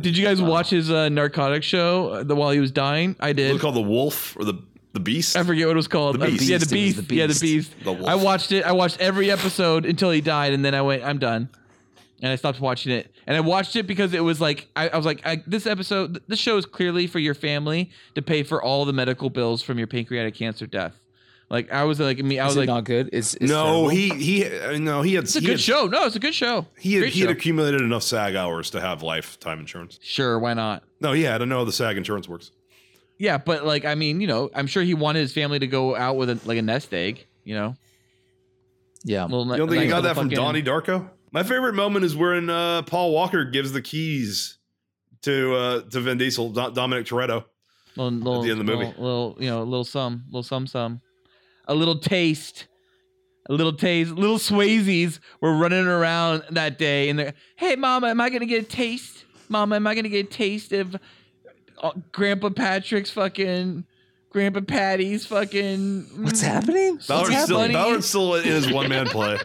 [SPEAKER 2] Did you guys watch his uh, narcotic show uh, the, while he was dying? I
[SPEAKER 11] Is it
[SPEAKER 2] did.
[SPEAKER 11] called the wolf or the the beast?
[SPEAKER 2] I forget what it was called.
[SPEAKER 11] The
[SPEAKER 2] Uh,
[SPEAKER 11] Beast.
[SPEAKER 2] Yeah,
[SPEAKER 1] It
[SPEAKER 2] the
[SPEAKER 1] was
[SPEAKER 2] beast.
[SPEAKER 1] The
[SPEAKER 2] Yeah, the
[SPEAKER 1] Beast.
[SPEAKER 2] beast.
[SPEAKER 11] The Wolf.
[SPEAKER 2] I watched it. I watched every episode until he died, and then I went, I'm done, and I stopped watching it. And I watched it because it was like I, I was like, I, this episode, th- this show is clearly for your family to pay for all the medical bills from your pancreatic cancer death. Like I was like, me, I was like,
[SPEAKER 1] good? It's,
[SPEAKER 11] no, he he uh, no he had
[SPEAKER 2] it's a
[SPEAKER 11] he
[SPEAKER 2] good
[SPEAKER 11] had-
[SPEAKER 2] show. No, it's a good show.
[SPEAKER 11] He had,
[SPEAKER 2] Great
[SPEAKER 11] he had
[SPEAKER 2] show.
[SPEAKER 11] accumulated enough SAG hours to have lifetime insurance.
[SPEAKER 2] sure, why not?
[SPEAKER 11] No, yeah, I don't know how the SAG insurance works.
[SPEAKER 2] Yeah, but like, I mean, you know, I'm sure he wanted his family to go out with a, like a nest egg. You know,
[SPEAKER 1] yeah.
[SPEAKER 2] little,
[SPEAKER 11] You don't think
[SPEAKER 2] like,
[SPEAKER 11] you got
[SPEAKER 2] little
[SPEAKER 11] that from
[SPEAKER 2] fucking-
[SPEAKER 11] Donnie Darko? My favorite moment is when uh, Paul Walker gives the keys to uh, to Vin Diesel, Do- Dominic Toretto.
[SPEAKER 2] little, little,
[SPEAKER 11] end of the movie.
[SPEAKER 2] Little, little, you know, little sum, little sum, sum, a little taste, a little taste. Little Swayzes were running around that day, and they're, hey, mama, am I gonna get a taste? Mama, am I gonna get a taste of uh, Grandpa Patrick's fucking, Grandpa Patty's fucking?
[SPEAKER 1] What's
[SPEAKER 2] mm,
[SPEAKER 1] happening?
[SPEAKER 11] Ballard's
[SPEAKER 1] What's
[SPEAKER 11] still,
[SPEAKER 1] happening?
[SPEAKER 11] Ballard's still in his one man play.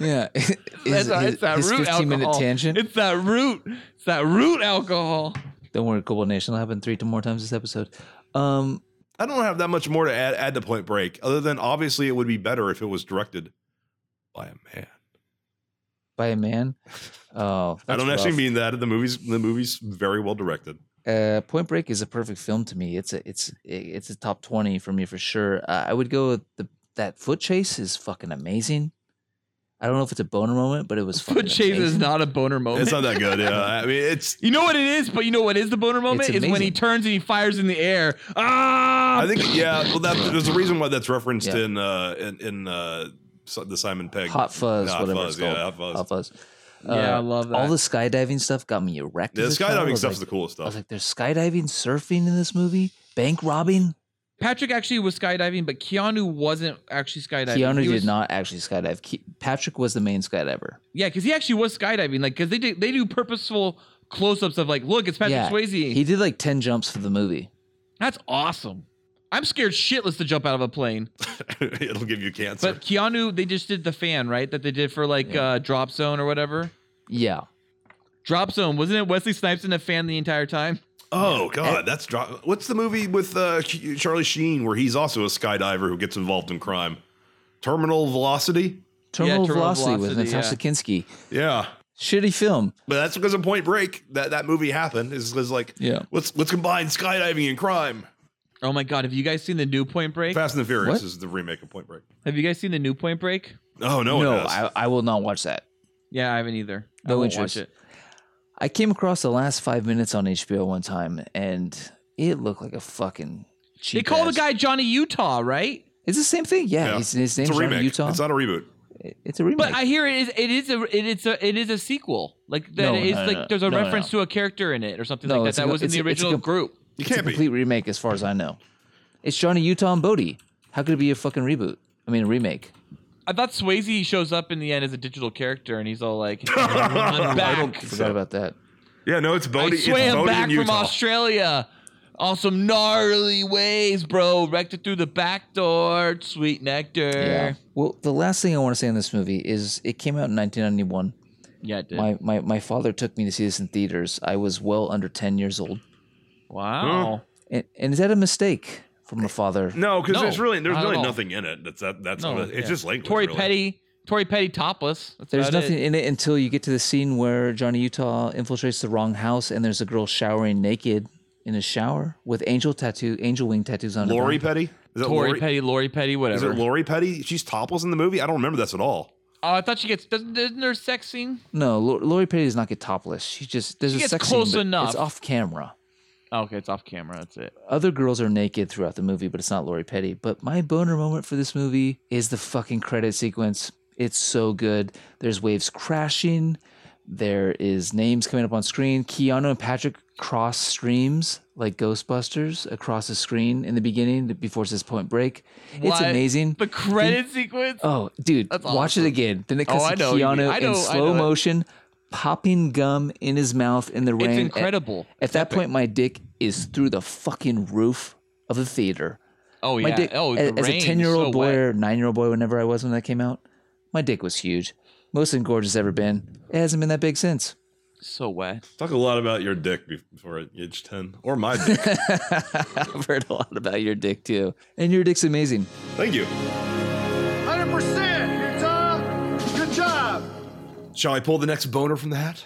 [SPEAKER 1] Yeah. His,
[SPEAKER 2] That's,
[SPEAKER 1] his-
[SPEAKER 2] it's that
[SPEAKER 1] his
[SPEAKER 2] root
[SPEAKER 1] 15 minute
[SPEAKER 2] alcohol.
[SPEAKER 1] tangent.
[SPEAKER 2] It's that root. It's that root alcohol.
[SPEAKER 1] Don't worry, Global Nation. It'll happen three to more times this episode. Um,
[SPEAKER 11] I don't have that much more to add, add to Point Break, other than obviously it would be better if it was directed by a man.
[SPEAKER 1] by a man. Oh,
[SPEAKER 11] I
[SPEAKER 1] that's
[SPEAKER 11] don't
[SPEAKER 1] rough.
[SPEAKER 11] actually mean that. The movie's the movie's very well directed.
[SPEAKER 1] Uh, Point Break is a perfect film to me. It's a it's it's a top twenty for me for sure. Uh, I would go with the that foot chase is fucking amazing. I don't know if it's a boner moment, but it was fucking
[SPEAKER 2] Foot chase is
[SPEAKER 1] amazing.
[SPEAKER 2] not a boner
[SPEAKER 1] Oh.
[SPEAKER 2] moment.
[SPEAKER 11] It's not that good. Yeah, I mean it's.
[SPEAKER 2] You know what it is, but you know what is the boner moment
[SPEAKER 1] It's
[SPEAKER 2] is when he
[SPEAKER 1] amazing.
[SPEAKER 2] turns and he fires in the air. Ah!
[SPEAKER 11] I think yeah. Well, that there's a reason why that's referenced
[SPEAKER 1] Yeah.
[SPEAKER 11] in uh in, in uh so- the Simon Pegg
[SPEAKER 1] hot fuzz,
[SPEAKER 11] Hot
[SPEAKER 1] whatever
[SPEAKER 11] Fuzz,
[SPEAKER 1] it's called. Uh,
[SPEAKER 11] yeah, Hot Fuzz.
[SPEAKER 2] Yeah, I love
[SPEAKER 1] All
[SPEAKER 2] that.
[SPEAKER 1] the skydiving stuff got me erect.
[SPEAKER 11] The
[SPEAKER 1] as a child. I
[SPEAKER 11] skydiving
[SPEAKER 1] was
[SPEAKER 11] stuff's
[SPEAKER 1] like-
[SPEAKER 11] the coolest
[SPEAKER 1] I was
[SPEAKER 11] stuff.
[SPEAKER 1] like, there's skydiving, surfing in this movie, bank robbing.
[SPEAKER 2] Patrick actually was skydiving, but Keanu wasn't actually skydiving.
[SPEAKER 1] Keanu
[SPEAKER 2] He
[SPEAKER 1] did
[SPEAKER 2] was-
[SPEAKER 1] not actually skydive. Ke- Patrick was the main skydiver.
[SPEAKER 2] Yeah, because he actually was skydiving. Like, because they do, they do purposeful close-ups of like, look, it's Patrick
[SPEAKER 1] Yeah,
[SPEAKER 2] Swayze.
[SPEAKER 1] He did like ten jumps for the movie.
[SPEAKER 2] That's awesome. I'm scared shitless to jump out of a plane.
[SPEAKER 11] It'll give you cancer.
[SPEAKER 2] But Keanu, they just did the fan right that they did for like
[SPEAKER 1] Yeah.
[SPEAKER 2] uh, Drop Zone or whatever.
[SPEAKER 1] Yeah,
[SPEAKER 2] Drop Zone wasn't it Wesley Snipes in a fan the entire time?
[SPEAKER 11] oh god, that's dro- what's the movie with uh Ch- Charlie Sheen where he's also a skydiver who gets involved in crime? Terminal Velocity.
[SPEAKER 1] Terminal,
[SPEAKER 2] Terminal
[SPEAKER 1] Velocity, with
[SPEAKER 2] Velocity,
[SPEAKER 1] Natasha Kinski.
[SPEAKER 11] Yeah.
[SPEAKER 1] Shitty film.
[SPEAKER 11] But that's because of Point Break that that movie happened. Is is like
[SPEAKER 1] Yeah.
[SPEAKER 11] let's let's combine skydiving and crime.
[SPEAKER 2] Oh my god, have you guys seen the new Point Break?
[SPEAKER 11] Fast and the Furious
[SPEAKER 1] What?
[SPEAKER 11] is the remake of Point Break.
[SPEAKER 2] Have you guys seen the new Point Break?
[SPEAKER 11] Oh no,
[SPEAKER 1] No,
[SPEAKER 11] it has.
[SPEAKER 1] I, I will not watch that.
[SPEAKER 2] Yeah, I haven't either. I
[SPEAKER 1] No
[SPEAKER 2] won't
[SPEAKER 1] interest.
[SPEAKER 2] Watch it.
[SPEAKER 1] I came across the last five minutes on HBO one time, and it looked like a fucking.
[SPEAKER 2] They
[SPEAKER 1] Cheap
[SPEAKER 2] call the
[SPEAKER 1] ass-
[SPEAKER 2] guy Johnny Utah, right?
[SPEAKER 1] It's the same thing. Yeah,
[SPEAKER 11] Yeah.
[SPEAKER 1] His, his name's
[SPEAKER 11] it's a
[SPEAKER 1] Johnny
[SPEAKER 11] remake.
[SPEAKER 1] Utah.
[SPEAKER 11] It's not a reboot.
[SPEAKER 1] It's a remake.
[SPEAKER 2] But I hear it is it is a it is a it is a sequel. Like that
[SPEAKER 1] No,
[SPEAKER 2] it is
[SPEAKER 1] no,
[SPEAKER 2] like
[SPEAKER 1] no,
[SPEAKER 2] there's a
[SPEAKER 1] no, no,
[SPEAKER 2] reference
[SPEAKER 1] no.
[SPEAKER 2] to a character in it or something
[SPEAKER 1] No,
[SPEAKER 2] like
[SPEAKER 1] it's
[SPEAKER 2] that.
[SPEAKER 1] a
[SPEAKER 2] That
[SPEAKER 1] co-
[SPEAKER 2] was in
[SPEAKER 1] it's
[SPEAKER 2] the
[SPEAKER 1] a- it's a
[SPEAKER 2] original
[SPEAKER 1] com-
[SPEAKER 2] group.
[SPEAKER 11] You
[SPEAKER 1] it's a
[SPEAKER 11] can't be.
[SPEAKER 1] complete remake, as far as I know. It's Johnny Utah and Bodie. How could it be a fucking reboot? I mean, a remake.
[SPEAKER 2] I thought Swayze shows up in the end as a digital character and he's all like I'm back.
[SPEAKER 1] Forgot about that.
[SPEAKER 11] Yeah, no, it's
[SPEAKER 2] I
[SPEAKER 11] Bodie. It's
[SPEAKER 2] swear I'm
[SPEAKER 11] Bodie
[SPEAKER 2] back
[SPEAKER 11] in
[SPEAKER 2] from
[SPEAKER 11] Utah.
[SPEAKER 2] Australia. On some gnarly ways, bro. Wrecked it through the back door. Sweet nectar.
[SPEAKER 1] Yeah.
[SPEAKER 2] Yeah,
[SPEAKER 1] Well, the last thing I want to say on this movie is it came out in 1991.
[SPEAKER 2] it did.
[SPEAKER 1] My, my my father took me to see this in theaters. I was well under 10 years old.
[SPEAKER 2] wow.
[SPEAKER 1] And, and is that a mistake from a father?
[SPEAKER 11] No, because
[SPEAKER 2] No,
[SPEAKER 11] there's really there's
[SPEAKER 2] not at
[SPEAKER 11] really
[SPEAKER 2] all.
[SPEAKER 11] nothing in it. That's that, that's
[SPEAKER 2] No,
[SPEAKER 11] what it- it's
[SPEAKER 2] yeah.
[SPEAKER 11] just language.
[SPEAKER 2] Tori
[SPEAKER 11] really.
[SPEAKER 2] Petty. Tori Petty topless. That's
[SPEAKER 1] There's
[SPEAKER 2] about
[SPEAKER 1] nothing
[SPEAKER 2] It.
[SPEAKER 1] in it until you get to the scene where Johnny Utah infiltrates the wrong house and there's a girl showering naked in a shower with angel tattoo, angel wing tattoos on
[SPEAKER 11] Lori
[SPEAKER 1] her. body.
[SPEAKER 11] Petty. Is that
[SPEAKER 2] Tori
[SPEAKER 11] Lori
[SPEAKER 2] Petty. Lori Petty.
[SPEAKER 11] Is
[SPEAKER 2] Whatever.
[SPEAKER 11] it Lori Petty? She's topless in the movie. I don't remember this at all.
[SPEAKER 2] Oh, I thought she gets. Doesn't, isn't there a sex scene?
[SPEAKER 1] No, Lo- Lori Petty does not get topless. She just there's
[SPEAKER 2] She
[SPEAKER 1] a
[SPEAKER 2] gets
[SPEAKER 1] sex
[SPEAKER 2] close
[SPEAKER 1] scene, but
[SPEAKER 2] enough.
[SPEAKER 1] It's off camera.
[SPEAKER 2] Oh, okay, it's off camera. That's it.
[SPEAKER 1] Other girls are naked throughout the movie, but it's not Lori Petty. But my boner moment for this movie is the fucking credit sequence. It's so good. There's waves crashing. There is names coming up on screen. Keanu and Patrick cross streams like Ghostbusters across the screen in the beginning before it says Point Break. It's
[SPEAKER 2] Why-
[SPEAKER 1] amazing.
[SPEAKER 2] The credit sequence.
[SPEAKER 1] Oh, dude,
[SPEAKER 2] That's
[SPEAKER 1] watch it
[SPEAKER 2] awesome.
[SPEAKER 1] again. Then it
[SPEAKER 2] Oh,
[SPEAKER 1] cuts
[SPEAKER 2] I
[SPEAKER 1] to
[SPEAKER 2] know what you mean.
[SPEAKER 1] Keanu
[SPEAKER 2] I know- I
[SPEAKER 1] in
[SPEAKER 2] know
[SPEAKER 1] slow
[SPEAKER 2] that.
[SPEAKER 1] motion, popping gum in his mouth in the rain.
[SPEAKER 2] it's
[SPEAKER 1] At-
[SPEAKER 2] incredible.
[SPEAKER 1] At, that point, my dick is through the fucking roof of the theater.
[SPEAKER 2] oh
[SPEAKER 1] My
[SPEAKER 2] yeah.
[SPEAKER 1] dick,
[SPEAKER 2] oh,
[SPEAKER 1] a-
[SPEAKER 2] the
[SPEAKER 1] as
[SPEAKER 2] rain
[SPEAKER 1] a
[SPEAKER 2] is
[SPEAKER 1] ten-year-old
[SPEAKER 2] so
[SPEAKER 1] boy
[SPEAKER 2] wet.
[SPEAKER 1] or nine-year-old boy, whenever I was when that came out, my dick was huge. Most engorged it's ever been. It hasn't been that big since.
[SPEAKER 2] So wet.
[SPEAKER 11] Talk a lot about your dick before age ten, or my dick.
[SPEAKER 1] I've heard a lot about your dick too, and your dick's amazing.
[SPEAKER 11] Thank you.
[SPEAKER 13] 100%, here, Tom. Good job.
[SPEAKER 11] Shall I pull the next boner from the hat?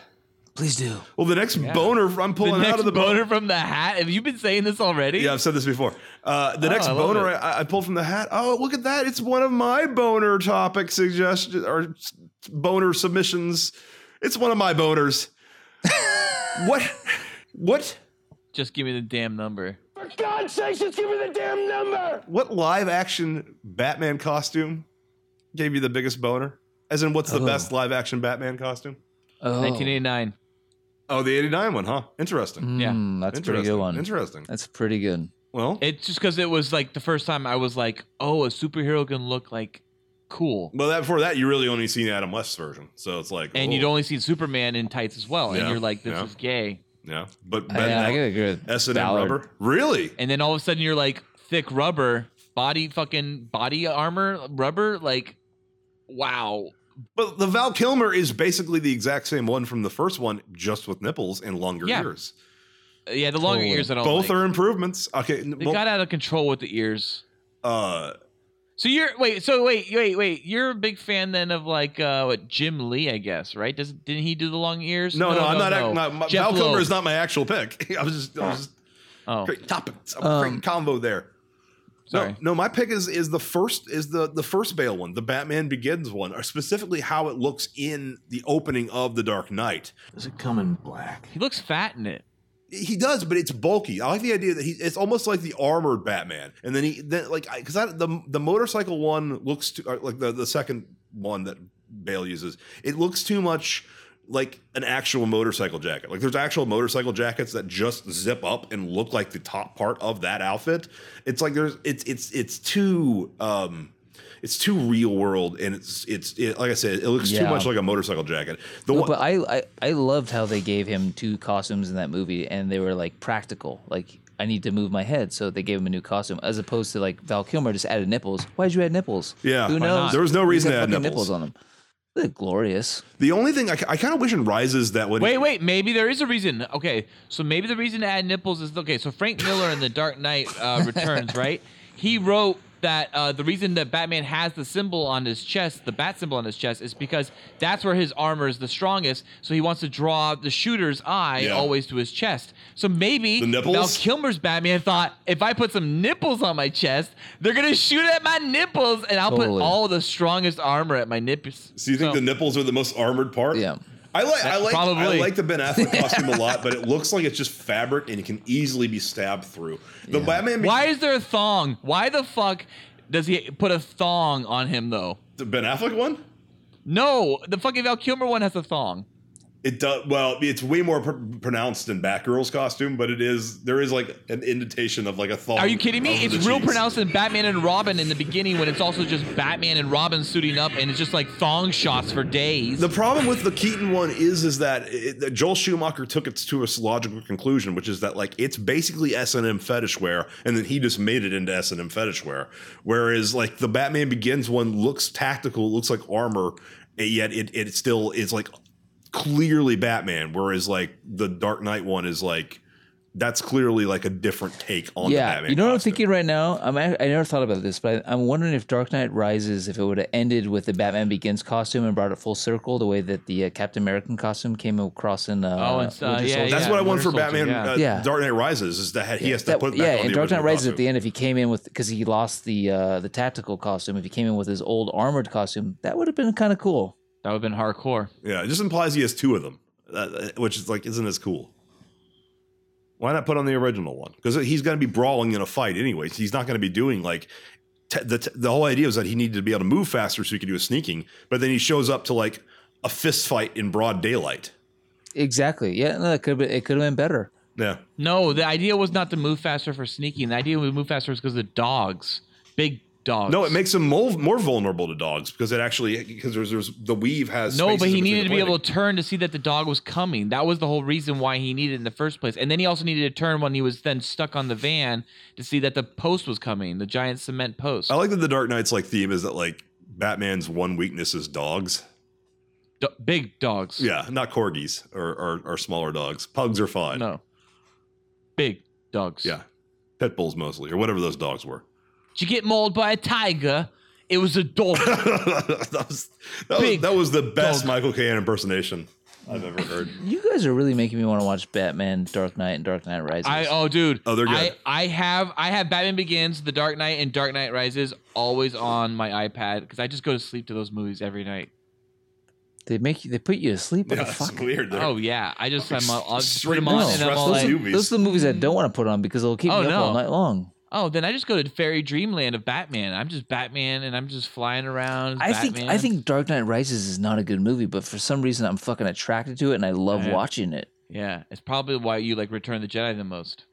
[SPEAKER 1] Please do.
[SPEAKER 11] Well, the next boner I'm
[SPEAKER 2] The
[SPEAKER 11] pulling
[SPEAKER 2] next
[SPEAKER 11] out of the boner.
[SPEAKER 2] boner from the hat. Have you been saying this already? Oh,
[SPEAKER 11] Yeah, I've said this before. Uh, the next
[SPEAKER 2] I love
[SPEAKER 11] boner
[SPEAKER 2] it.
[SPEAKER 11] I, I pulled from the hat. Oh, look at that! It's one of my boner topic suggestions or s- boner submissions. It's one of my boners. what? What?
[SPEAKER 2] Just give me the damn number.
[SPEAKER 11] What live action Batman costume gave you the biggest boner? As in, what's the
[SPEAKER 1] Oh.
[SPEAKER 11] best live action Batman costume?
[SPEAKER 1] Oh,
[SPEAKER 2] 1989.
[SPEAKER 11] Oh, the '89 one, huh? Interesting.
[SPEAKER 1] Mm,
[SPEAKER 2] Yeah.
[SPEAKER 1] that's a
[SPEAKER 11] Interesting.
[SPEAKER 1] pretty good one.
[SPEAKER 11] Interesting.
[SPEAKER 1] That's pretty good.
[SPEAKER 11] Well,
[SPEAKER 2] It's just because it was like the first time I was like, oh, a superhero can look like cool.
[SPEAKER 11] well, that before that, you really only seen Adam West's version, so it's like,
[SPEAKER 2] And
[SPEAKER 11] oh,
[SPEAKER 2] you'd only see Superman in tights as well.
[SPEAKER 11] Yeah,
[SPEAKER 2] And you're like, this
[SPEAKER 11] yeah.
[SPEAKER 2] is gay.
[SPEAKER 11] yeah, but
[SPEAKER 1] I, I gotta agree with
[SPEAKER 11] S and M
[SPEAKER 1] Ballard.
[SPEAKER 11] rubber, really?
[SPEAKER 2] and then all of a sudden you're like thick rubber body fucking body armor rubber like wow
[SPEAKER 11] But the Val Kilmer is basically the exact same one from the first one, just with nipples and longer
[SPEAKER 2] Yeah.
[SPEAKER 11] ears.
[SPEAKER 2] Uh, yeah the longer
[SPEAKER 1] Totally.
[SPEAKER 2] ears I don't
[SPEAKER 11] Both
[SPEAKER 2] like.
[SPEAKER 11] are improvements. Okay, n-
[SPEAKER 2] they
[SPEAKER 11] well,
[SPEAKER 2] got out of control with the ears
[SPEAKER 11] uh,
[SPEAKER 2] so you're wait so wait wait wait you're a big fan then of like uh what Jim Lee I guess right Does, didn't he do the long ears
[SPEAKER 11] no, no, I'm not. ac- not my,
[SPEAKER 2] Jeff
[SPEAKER 11] Val Kilmer
[SPEAKER 2] Loeb.
[SPEAKER 11] is not my actual pick. I was just, I was just
[SPEAKER 2] oh
[SPEAKER 11] great topics. I'm
[SPEAKER 1] Um,
[SPEAKER 11] great combo there.
[SPEAKER 2] sorry
[SPEAKER 11] No, no, my pick is is the first is the the first Bale one, the Batman Begins one, or specifically how it looks in the opening of The Dark Knight.
[SPEAKER 14] Does it come in black?
[SPEAKER 2] he looks fat in it
[SPEAKER 11] He does, but it's bulky. I like the idea that he it's almost like the armored Batman, and then he then like because the the motorcycle one looks too or, like the the second one that Bale uses. It looks too much like an actual motorcycle jacket. Like there's actual motorcycle jackets that just zip up and look like the top part of that outfit. It's like there's it's it's it's too um it's too real world and it's it's it, like I said it looks too
[SPEAKER 1] Yeah.
[SPEAKER 11] much like a motorcycle jacket. The
[SPEAKER 1] No,
[SPEAKER 11] one,
[SPEAKER 1] but I, I I loved how they gave him two costumes in that movie, and they were like practical. Like I need to move my head, so they gave him a new costume, as opposed to like Val Kilmer just added nipples. Why'd you add nipples?
[SPEAKER 11] Yeah,
[SPEAKER 1] who
[SPEAKER 11] why
[SPEAKER 1] knows?
[SPEAKER 11] not? There was no
[SPEAKER 1] He's
[SPEAKER 11] reason
[SPEAKER 1] got
[SPEAKER 11] to add
[SPEAKER 1] fucking
[SPEAKER 11] nipples.
[SPEAKER 1] on them. They're glorious.
[SPEAKER 11] the only thing I, kind of wish in Rises that when
[SPEAKER 2] Wait, wait. Maybe there is a reason. Okay, so maybe the reason to add nipples is okay. So Frank Miller in The Dark Knight uh, Returns, right? He wrote that uh, the reason that Batman has the symbol on his chest, the bat symbol on his chest, is because that's where his armor is the strongest. So he wants to draw the shooter's eye
[SPEAKER 11] Yeah.
[SPEAKER 2] always to his chest. So maybe
[SPEAKER 11] The nipples?
[SPEAKER 2] Val Kilmer's Batman thought if I put some nipples on my chest, they're gonna shoot at my nipples, and I'll put
[SPEAKER 1] Totally.
[SPEAKER 2] all the strongest armor at my nipples.
[SPEAKER 11] So you think
[SPEAKER 2] So-
[SPEAKER 11] the nipples are the most armored part?
[SPEAKER 1] Yeah.
[SPEAKER 11] I like I like I
[SPEAKER 2] Probably.
[SPEAKER 11] like the Ben Affleck costume a lot, but it looks like it's just fabric and it can easily be stabbed through. The Batman be-
[SPEAKER 2] Why is there a thong? Why the fuck does he put a thong on him though?
[SPEAKER 11] the Ben Affleck one?
[SPEAKER 2] No, the fucking Val Kilmer one has a thong.
[SPEAKER 11] It does well. It's way more pr- pronounced than Batgirl's costume, but it is there is like an indentation of like a thong.
[SPEAKER 2] Are you kidding me?
[SPEAKER 11] over
[SPEAKER 2] It's
[SPEAKER 11] the
[SPEAKER 2] real
[SPEAKER 11] cheeks.
[SPEAKER 2] pronounced in Batman and Robin in the beginning when it's also just Batman and Robin suiting up and it's just like thong shots for days.
[SPEAKER 11] The problem with the Keaton one is is that, it, that Joel Schumacher took it to its logical conclusion, which is that like it's basically S and M fetish wear, and then he just made it into S and M fetish wear. Whereas like the Batman Begins one looks tactical, looks like armor, and yet it it still is like clearly Batman. Whereas like the Dark Knight one is like that's clearly like a different take on the
[SPEAKER 1] yeah,
[SPEAKER 11] Batman.
[SPEAKER 1] you know what I'm
[SPEAKER 11] costume.
[SPEAKER 1] thinking right now? I'm, I, I never thought about this, but I, I'm wondering if Dark Knight Rises, if it would have ended with the Batman Begins costume and brought it full circle, the way that the uh, Captain American costume came across in. Uh,
[SPEAKER 2] Oh, it's, uh,
[SPEAKER 1] Winter
[SPEAKER 2] yeah,
[SPEAKER 1] Soldier.
[SPEAKER 11] That's
[SPEAKER 2] yeah.
[SPEAKER 11] what I want
[SPEAKER 2] Winter
[SPEAKER 11] for
[SPEAKER 2] Soldier,
[SPEAKER 11] Batman
[SPEAKER 2] yeah.
[SPEAKER 11] Uh,
[SPEAKER 1] Yeah.
[SPEAKER 11] Dark Knight Rises is that he has to
[SPEAKER 1] That-
[SPEAKER 11] put it back
[SPEAKER 1] yeah,
[SPEAKER 11] on the
[SPEAKER 1] and Dark Knight
[SPEAKER 11] original
[SPEAKER 1] Rises
[SPEAKER 11] costume.
[SPEAKER 1] at the end. If he came in with because he lost the uh, the tactical costume, if he came in with his old armored costume, that would have been kind of cool.
[SPEAKER 2] that would have been hardcore.
[SPEAKER 11] Yeah, it just implies he has two of them, uh, which is like isn't as cool. Why not put on the original one? Because he's going to be brawling in a fight anyways. He's not going to be doing like te- the te- the whole idea was that he needed to be able to move faster so he could do his sneaking. But then he shows up to like a fist fight in broad daylight.
[SPEAKER 1] Exactly. Yeah, no, it could it could have been better.
[SPEAKER 11] Yeah,
[SPEAKER 2] No, the idea was not to move faster for sneaking. The idea was to move faster was because of dogs. Big dogs.
[SPEAKER 11] no, it makes him more, more vulnerable to dogs because it actually because there's, there's the weave has
[SPEAKER 2] No, but
[SPEAKER 11] spaces
[SPEAKER 2] he
[SPEAKER 11] in between
[SPEAKER 2] needed
[SPEAKER 11] the
[SPEAKER 2] to be
[SPEAKER 11] plating.
[SPEAKER 2] able to turn to see that the dog was coming. That was the whole reason why he needed it in the first place. And then he also needed to turn when he was then stuck on the van to see that the post was coming, the giant cement post.
[SPEAKER 11] I like that the Dark Knight's like theme is that like Batman's one weakness is dogs.
[SPEAKER 2] Do- big dogs.
[SPEAKER 11] Yeah, not corgis or, or, or smaller dogs. Pugs are fine.
[SPEAKER 2] No. Big dogs.
[SPEAKER 11] Yeah. Pit bulls mostly, or whatever those dogs were.
[SPEAKER 2] Did you get mauled by a tiger? It was a dolphin.
[SPEAKER 11] that, was, that, was,
[SPEAKER 2] Big
[SPEAKER 11] that was the best
[SPEAKER 2] dog.
[SPEAKER 11] Michael Caine impersonation I've ever heard.
[SPEAKER 1] You guys are really making me want to watch Batman, Dark Knight, and Dark Knight Rises.
[SPEAKER 2] I oh dude.
[SPEAKER 11] Oh, they're good.
[SPEAKER 2] I, I have I have Batman Begins, The Dark Knight, and Dark Knight Rises always on my iPad because I just go to sleep to those movies every night.
[SPEAKER 1] they make you, they put you to sleep. What
[SPEAKER 11] yeah,
[SPEAKER 1] the
[SPEAKER 11] it's
[SPEAKER 1] fuck?
[SPEAKER 11] weird. They're-
[SPEAKER 2] Oh yeah, I just I'm all, I'll just put
[SPEAKER 11] Straight
[SPEAKER 2] them on
[SPEAKER 1] up
[SPEAKER 2] and I'm
[SPEAKER 11] stressful
[SPEAKER 2] all like,
[SPEAKER 11] movies.
[SPEAKER 1] Those are the movies I don't want to put on because it'll keep
[SPEAKER 2] Oh,
[SPEAKER 1] me up all
[SPEAKER 2] no.
[SPEAKER 1] night long.
[SPEAKER 2] oh then I just go to fairy dreamland of Batman. I'm just Batman and I'm just flying around. as
[SPEAKER 1] I think I
[SPEAKER 2] Batman.
[SPEAKER 1] think Dark Knight Rises is not a good movie, but for some reason I'm fucking attracted to it and I love
[SPEAKER 2] Yeah.
[SPEAKER 1] watching it.
[SPEAKER 2] yeah, it's probably why you like Return of the Jedi the most.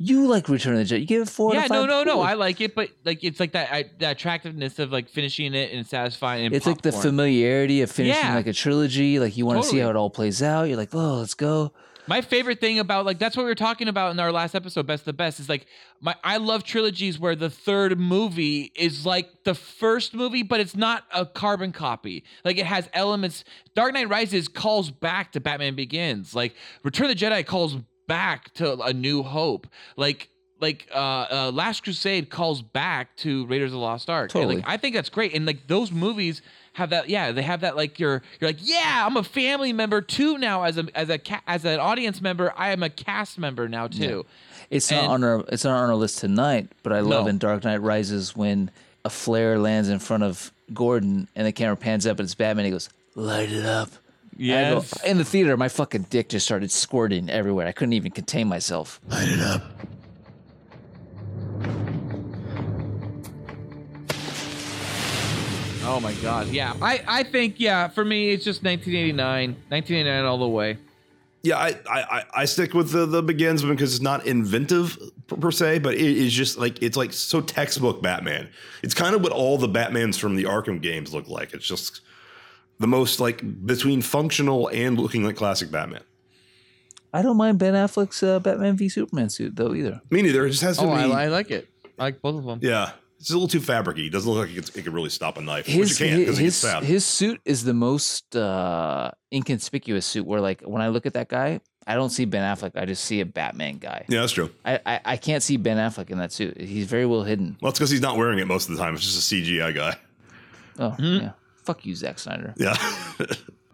[SPEAKER 1] You like Return of the Jedi? You give it four? out
[SPEAKER 2] yeah,
[SPEAKER 1] of
[SPEAKER 2] no,
[SPEAKER 1] five?
[SPEAKER 2] no, no.
[SPEAKER 1] Cool.
[SPEAKER 2] I like it, but like it's like that, I, that attractiveness of like finishing it and satisfying. And
[SPEAKER 1] it's like the
[SPEAKER 2] popcorn.
[SPEAKER 1] familiarity of finishing
[SPEAKER 2] Yeah.
[SPEAKER 1] like a trilogy. Like you want to see
[SPEAKER 2] Totally.
[SPEAKER 1] how it all plays out. You're like, oh, let's go.
[SPEAKER 2] my favorite thing about like that's what we were talking about in our last episode, best of the best, is like my I love trilogies where the third movie is like the first movie, but it's not a carbon copy. Like it has elements. Dark Knight Rises calls back to Batman Begins. Like Return of the Jedi calls back to A New Hope. Like like uh, uh Last Crusade calls back to Raiders of the Lost Ark. And, like,
[SPEAKER 1] Totally.
[SPEAKER 2] I think that's great. And like those movies have that, yeah, they have that like you're you're like, yeah, I'm a family member too now as a as a ca- as an audience member. I am a cast member now too.
[SPEAKER 1] It's not
[SPEAKER 2] And-
[SPEAKER 1] on our it's not on our list tonight, but I love
[SPEAKER 2] No.
[SPEAKER 1] in Dark Knight Rises when a flare lands in front of Gordon and the camera pans up and it's Batman. He goes, light it up. And I go-
[SPEAKER 2] Yes.
[SPEAKER 1] in the theater, my fucking dick just started squirting everywhere. I couldn't even contain myself.
[SPEAKER 2] Oh my god. Yeah. I I think yeah, for me it's just 1989. 1989 all the way.
[SPEAKER 11] yeah, I, I, I- I stick with the, the begins one because it's not inventive per, per se, but it is just like it's like so textbook Batman. It's kind of what all the Batmans from the Arkham games look like. It's just the most like between functional and looking like classic Batman.
[SPEAKER 1] I don't mind Ben Affleck's uh, Batman v Superman suit though either.
[SPEAKER 11] Me neither. It just has to
[SPEAKER 2] Oh,
[SPEAKER 11] be.
[SPEAKER 2] I, I like it. I like both of them.
[SPEAKER 11] Yeah.
[SPEAKER 3] It's a little too fabricy. It doesn't look like it could, it could really stop a knife,
[SPEAKER 1] his,
[SPEAKER 3] which it can't because it
[SPEAKER 1] his,
[SPEAKER 3] gets stabbed.
[SPEAKER 1] his suit is the most uh, inconspicuous suit where like when I look at that guy, I don't see Ben Affleck. I just see a Batman guy.
[SPEAKER 3] yeah, that's true.
[SPEAKER 1] I, I, I can't see Ben Affleck in that suit. He's very well hidden.
[SPEAKER 3] Well, it's because he's not wearing it most of the time. It's just a CGI guy.
[SPEAKER 1] Oh, yeah. Fuck you, Zack Snyder.
[SPEAKER 3] Yeah.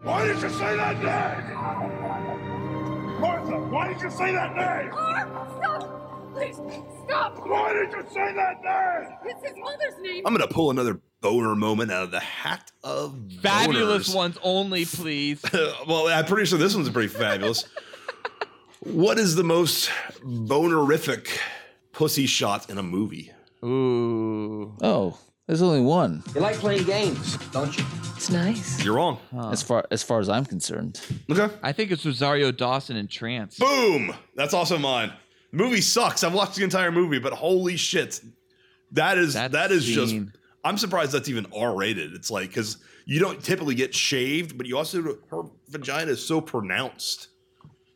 [SPEAKER 15] Why did you say that name? Martha, why did you say that name?
[SPEAKER 7] Stop! Please, stop!
[SPEAKER 15] Why did you say that name?
[SPEAKER 7] It's his mother's name.
[SPEAKER 3] I'm gonna pull another boner moment out of the hat of
[SPEAKER 2] Fabulous
[SPEAKER 3] boners.
[SPEAKER 2] ones only, please.
[SPEAKER 3] well, I'm pretty sure this one's pretty fabulous. what is the most bonerific pussy shot in a movie?
[SPEAKER 2] Ooh.
[SPEAKER 1] Oh, there's only one.
[SPEAKER 10] You like playing games, don't you?
[SPEAKER 1] It's nice.
[SPEAKER 3] You're wrong.
[SPEAKER 1] As far as far as I'm concerned.
[SPEAKER 3] Okay.
[SPEAKER 2] I think it's Rosario Dawson in trance.
[SPEAKER 3] Boom! That's also mine. The movie sucks. I've watched the entire movie, but holy shit. That is
[SPEAKER 2] That
[SPEAKER 3] that, that is just
[SPEAKER 2] scene.
[SPEAKER 3] I'm surprised that's even R-rated. It's like cuz you don't typically get shaved, but you also her vagina is so pronounced.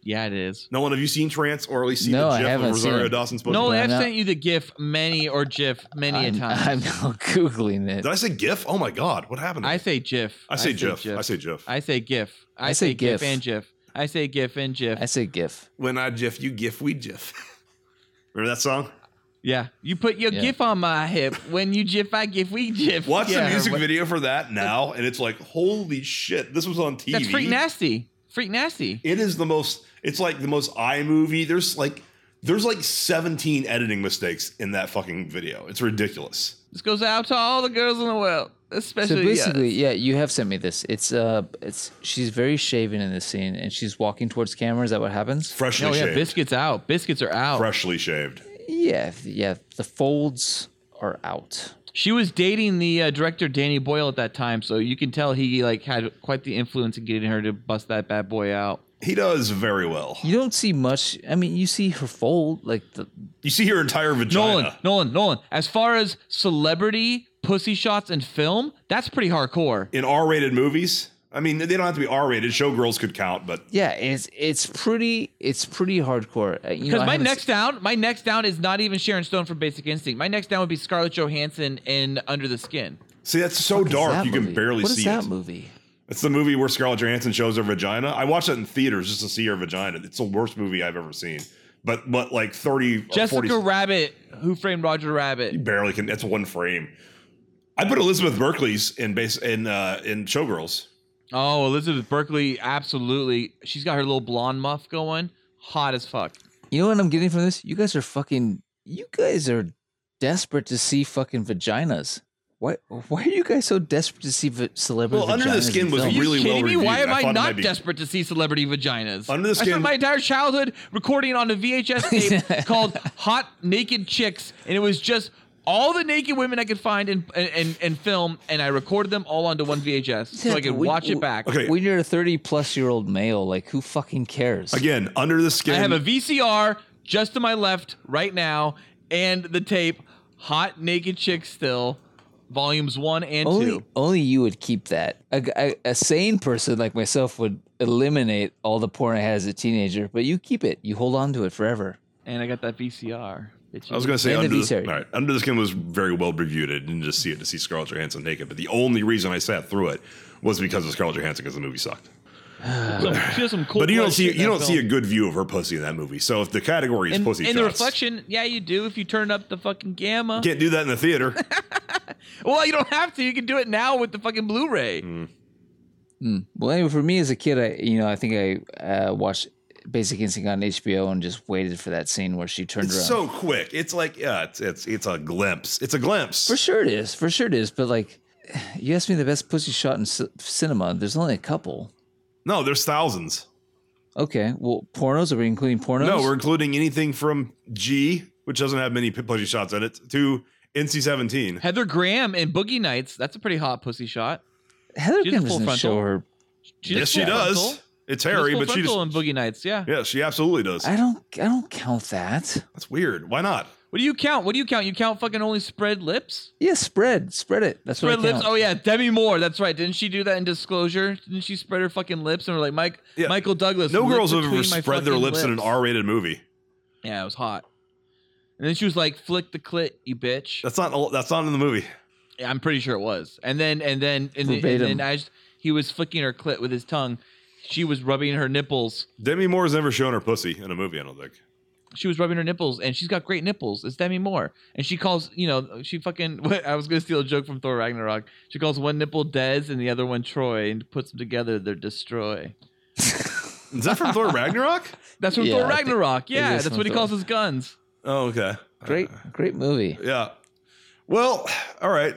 [SPEAKER 2] Yeah, it is.
[SPEAKER 3] No one have you seen Trance or at least seen
[SPEAKER 1] No,
[SPEAKER 3] the
[SPEAKER 1] I
[SPEAKER 3] GIF of
[SPEAKER 1] haven't seen
[SPEAKER 3] Rosario
[SPEAKER 1] it.
[SPEAKER 3] Dawson's pussy?
[SPEAKER 2] No,
[SPEAKER 1] but I'm
[SPEAKER 2] I've
[SPEAKER 1] not-
[SPEAKER 2] sent you the GIF many or GIF many
[SPEAKER 1] I'm,
[SPEAKER 2] a time.
[SPEAKER 1] I'm now googling it.
[SPEAKER 3] Did I say GIF? Oh my god, what happened?
[SPEAKER 2] I say GIF.
[SPEAKER 3] I say GIF. I say GIF.
[SPEAKER 2] I say GIF.
[SPEAKER 1] I
[SPEAKER 2] I, say,
[SPEAKER 1] say
[SPEAKER 2] GIF.
[SPEAKER 1] GIF.
[SPEAKER 2] and GIF. I say GIF and GIF.
[SPEAKER 1] I say GIF.
[SPEAKER 3] When I GIF, you GIF, we GIF. Remember that song?
[SPEAKER 2] yeah. You put your
[SPEAKER 1] Yeah.
[SPEAKER 2] GIF on my hip. When you GIF, I GIF. We GIF.
[SPEAKER 3] Watch
[SPEAKER 2] Yeah,
[SPEAKER 3] the music
[SPEAKER 2] what-
[SPEAKER 3] video for that now, and it's like, holy shit, this was on TV.
[SPEAKER 2] That's freak nasty. Freak nasty.
[SPEAKER 3] It is the most. It's like the most iMovie. There's like there's like 17 editing mistakes in that fucking video. It's ridiculous.
[SPEAKER 2] This goes out to all the girls in the world,
[SPEAKER 1] So
[SPEAKER 2] especially.
[SPEAKER 1] basically, yeah, you have sent me this. It's uh, it's she's very shaven in this scene, and she's walking towards camera. Is that what happens?
[SPEAKER 3] Freshly
[SPEAKER 2] Oh yeah,
[SPEAKER 3] shaved.
[SPEAKER 2] biscuits out. Biscuits are out.
[SPEAKER 3] Freshly shaved.
[SPEAKER 1] Yeah, yeah. The folds are out.
[SPEAKER 2] She was dating the uh, director Danny Boyle at that time, so you can tell he like had quite the influence in getting her to bust that bad boy out.
[SPEAKER 3] He does very well.
[SPEAKER 1] You don't see much. I mean, you see her fold, like the
[SPEAKER 3] You see her entire vagina.
[SPEAKER 2] Nolan, Nolan, Nolan. As far as celebrity pussy shots in film, that's pretty hardcore.
[SPEAKER 3] In R-rated movies. I mean, they don't have to be R-rated. Showgirls could count, but
[SPEAKER 1] yeah. It's it's pretty it's pretty hardcore. Uh, You know,
[SPEAKER 2] Because
[SPEAKER 1] I
[SPEAKER 2] my
[SPEAKER 1] haven't
[SPEAKER 2] next down, my next down is not even Sharon Stone from Basic Instinct. My next down would be Scarlett Johansson in Under the Skin.
[SPEAKER 3] see that's so
[SPEAKER 1] seen- what is
[SPEAKER 3] dark
[SPEAKER 1] that
[SPEAKER 3] you can
[SPEAKER 1] movie?
[SPEAKER 3] barely
[SPEAKER 1] What is
[SPEAKER 3] see
[SPEAKER 1] that
[SPEAKER 3] it.
[SPEAKER 1] movie?
[SPEAKER 3] It's the movie where Scarlett Johansson shows her vagina. I watched it in theaters just to see her vagina. It's the worst movie I've ever seen. But but like 30 or
[SPEAKER 2] Jessica
[SPEAKER 3] 40
[SPEAKER 2] Rabbit, Who Framed Roger Rabbit?
[SPEAKER 3] barely can. That's one frame. I put Elizabeth Berkley's in base in uh, in Showgirls.
[SPEAKER 2] Oh, Elizabeth Berkley, absolutely. She's got her little blonde muff going, hot as fuck.
[SPEAKER 1] You know what I'm getting from this? You guys are fucking. You guys are desperate to see fucking vaginas. Why? Why are you guys so desperate to see v- celebrity?
[SPEAKER 3] Well, Under the
[SPEAKER 1] vaginas
[SPEAKER 3] Skin
[SPEAKER 1] in
[SPEAKER 3] was
[SPEAKER 1] film?
[SPEAKER 2] Are you
[SPEAKER 3] really
[SPEAKER 2] kidding
[SPEAKER 3] well
[SPEAKER 2] me? Why am
[SPEAKER 3] reviewed. I
[SPEAKER 2] I,
[SPEAKER 3] thought it might
[SPEAKER 2] not
[SPEAKER 3] be-
[SPEAKER 2] desperate to see celebrity vaginas?
[SPEAKER 3] Under the
[SPEAKER 2] I
[SPEAKER 3] Skin-
[SPEAKER 2] spent my entire childhood recording on a VHS tape called "Hot Naked Chicks," and it was just all the naked women I could find in and in, in film, and I recorded them all onto one VHS so I
[SPEAKER 1] Yeah,
[SPEAKER 2] could
[SPEAKER 1] we-
[SPEAKER 2] watch it
[SPEAKER 1] we-
[SPEAKER 2] back.
[SPEAKER 3] Okay.
[SPEAKER 1] When you're a 30 plus year old male, like who fucking cares?
[SPEAKER 3] Again, Under the
[SPEAKER 2] I
[SPEAKER 3] Skin.
[SPEAKER 2] have a VCR just to my left right now, and the tape "Hot Naked Chicks" still, volumes one and
[SPEAKER 1] only,
[SPEAKER 2] two.
[SPEAKER 1] only you would keep that. A, g- a- a sane person like myself would eliminate all the porn I had as a teenager, but you keep it. You hold on to it forever.
[SPEAKER 2] And I got that VCR.
[SPEAKER 3] I was going to say
[SPEAKER 1] And the
[SPEAKER 3] under the,
[SPEAKER 1] V-Series.
[SPEAKER 3] all right, under the Skin was very well reviewed. I didn't just see it to see Scarlett Johansson naked, but the only reason I sat through it was because of Scarlett Johansson because the movie sucked.
[SPEAKER 2] Some- she has some cool
[SPEAKER 3] but you don't
[SPEAKER 2] blood
[SPEAKER 3] see
[SPEAKER 2] shit in
[SPEAKER 3] you
[SPEAKER 2] that
[SPEAKER 3] don't see
[SPEAKER 2] film.
[SPEAKER 3] a good view of her pussy in that movie. So if the category is
[SPEAKER 2] And,
[SPEAKER 3] pussy
[SPEAKER 2] and the
[SPEAKER 3] shots,
[SPEAKER 2] reflection, yeah, you do if you turn up the fucking gamma.
[SPEAKER 3] can't do that in the theater.
[SPEAKER 2] well, you don't have to. You can do it now with the fucking Blu-ray.
[SPEAKER 3] Mm.
[SPEAKER 1] Well, anyway, for me as a kid, I you know I think I uh, watched Basic Instinct on HBO and just waited for that scene where she turned
[SPEAKER 3] it's
[SPEAKER 1] around.
[SPEAKER 3] so quick. It's like yeah, it's it's it's a glimpse. It's a glimpse.
[SPEAKER 1] for sure it is. For sure it is. But like, you asked me the best pussy shot in c- cinema. There's only a couple.
[SPEAKER 3] No, there's thousands.
[SPEAKER 1] Okay. Well, pornos. Are we including pornos?
[SPEAKER 3] No, we're including anything from G, which doesn't have many pussy shots in it, to NC-17.
[SPEAKER 2] Heather Graham in Boogie Nights. That's a pretty hot pussy shot.
[SPEAKER 1] Heather
[SPEAKER 2] She's a
[SPEAKER 1] Kim
[SPEAKER 2] full
[SPEAKER 1] doesn't
[SPEAKER 2] frontal.
[SPEAKER 1] show her.
[SPEAKER 2] She
[SPEAKER 3] Yes,
[SPEAKER 2] does
[SPEAKER 3] she
[SPEAKER 2] full frontal.
[SPEAKER 3] does. It's hairy,
[SPEAKER 2] does
[SPEAKER 3] but
[SPEAKER 2] full
[SPEAKER 3] she just
[SPEAKER 2] frontal in Boogie Nights. Yeah.
[SPEAKER 3] yeah, she absolutely does.
[SPEAKER 1] I don't. I don't count that.
[SPEAKER 3] That's weird. Why not?
[SPEAKER 2] What do you count? What do you count? You count fucking only spread lips.
[SPEAKER 1] Yeah, spread. Spread it. That's
[SPEAKER 2] Spread
[SPEAKER 1] what I
[SPEAKER 2] lips.
[SPEAKER 1] count.
[SPEAKER 2] Oh yeah, Demi Moore. That's right. Didn't she do that in Disclosure? Didn't she spread her fucking lips and we're like, Mike,
[SPEAKER 3] Yeah.
[SPEAKER 2] Michael Douglas?
[SPEAKER 3] No
[SPEAKER 2] lip
[SPEAKER 3] girls have ever
[SPEAKER 2] between my
[SPEAKER 3] spread their
[SPEAKER 2] fucking
[SPEAKER 3] lips, in an R-rated movie.
[SPEAKER 2] Yeah, it was hot. And then she was like, "Flick the clit, you bitch."
[SPEAKER 11] That's not. That's not in the movie.
[SPEAKER 2] Yeah, I'm pretty sure it was. And then and then and, and then as he was flicking her clit with his tongue, she was rubbing her nipples.
[SPEAKER 11] Demi Moore's never shown her pussy in a movie. I don't think.
[SPEAKER 2] She was rubbing her nipples, and she's got great nipples. It's Demi Moore, and she calls you know she fucking. What, I was gonna steal a joke from Thor Ragnarok. She calls one nipple Dez and the other one Troy, and puts them together. They're destroy.
[SPEAKER 11] Is that from Thor Ragnarok?
[SPEAKER 2] That's from yeah, Thor Ragnarok. Think, yeah, that's what he Thor. calls his guns.
[SPEAKER 11] Oh, okay.
[SPEAKER 1] Great,
[SPEAKER 11] Uh,
[SPEAKER 1] great movie.
[SPEAKER 11] Yeah. Well, all right.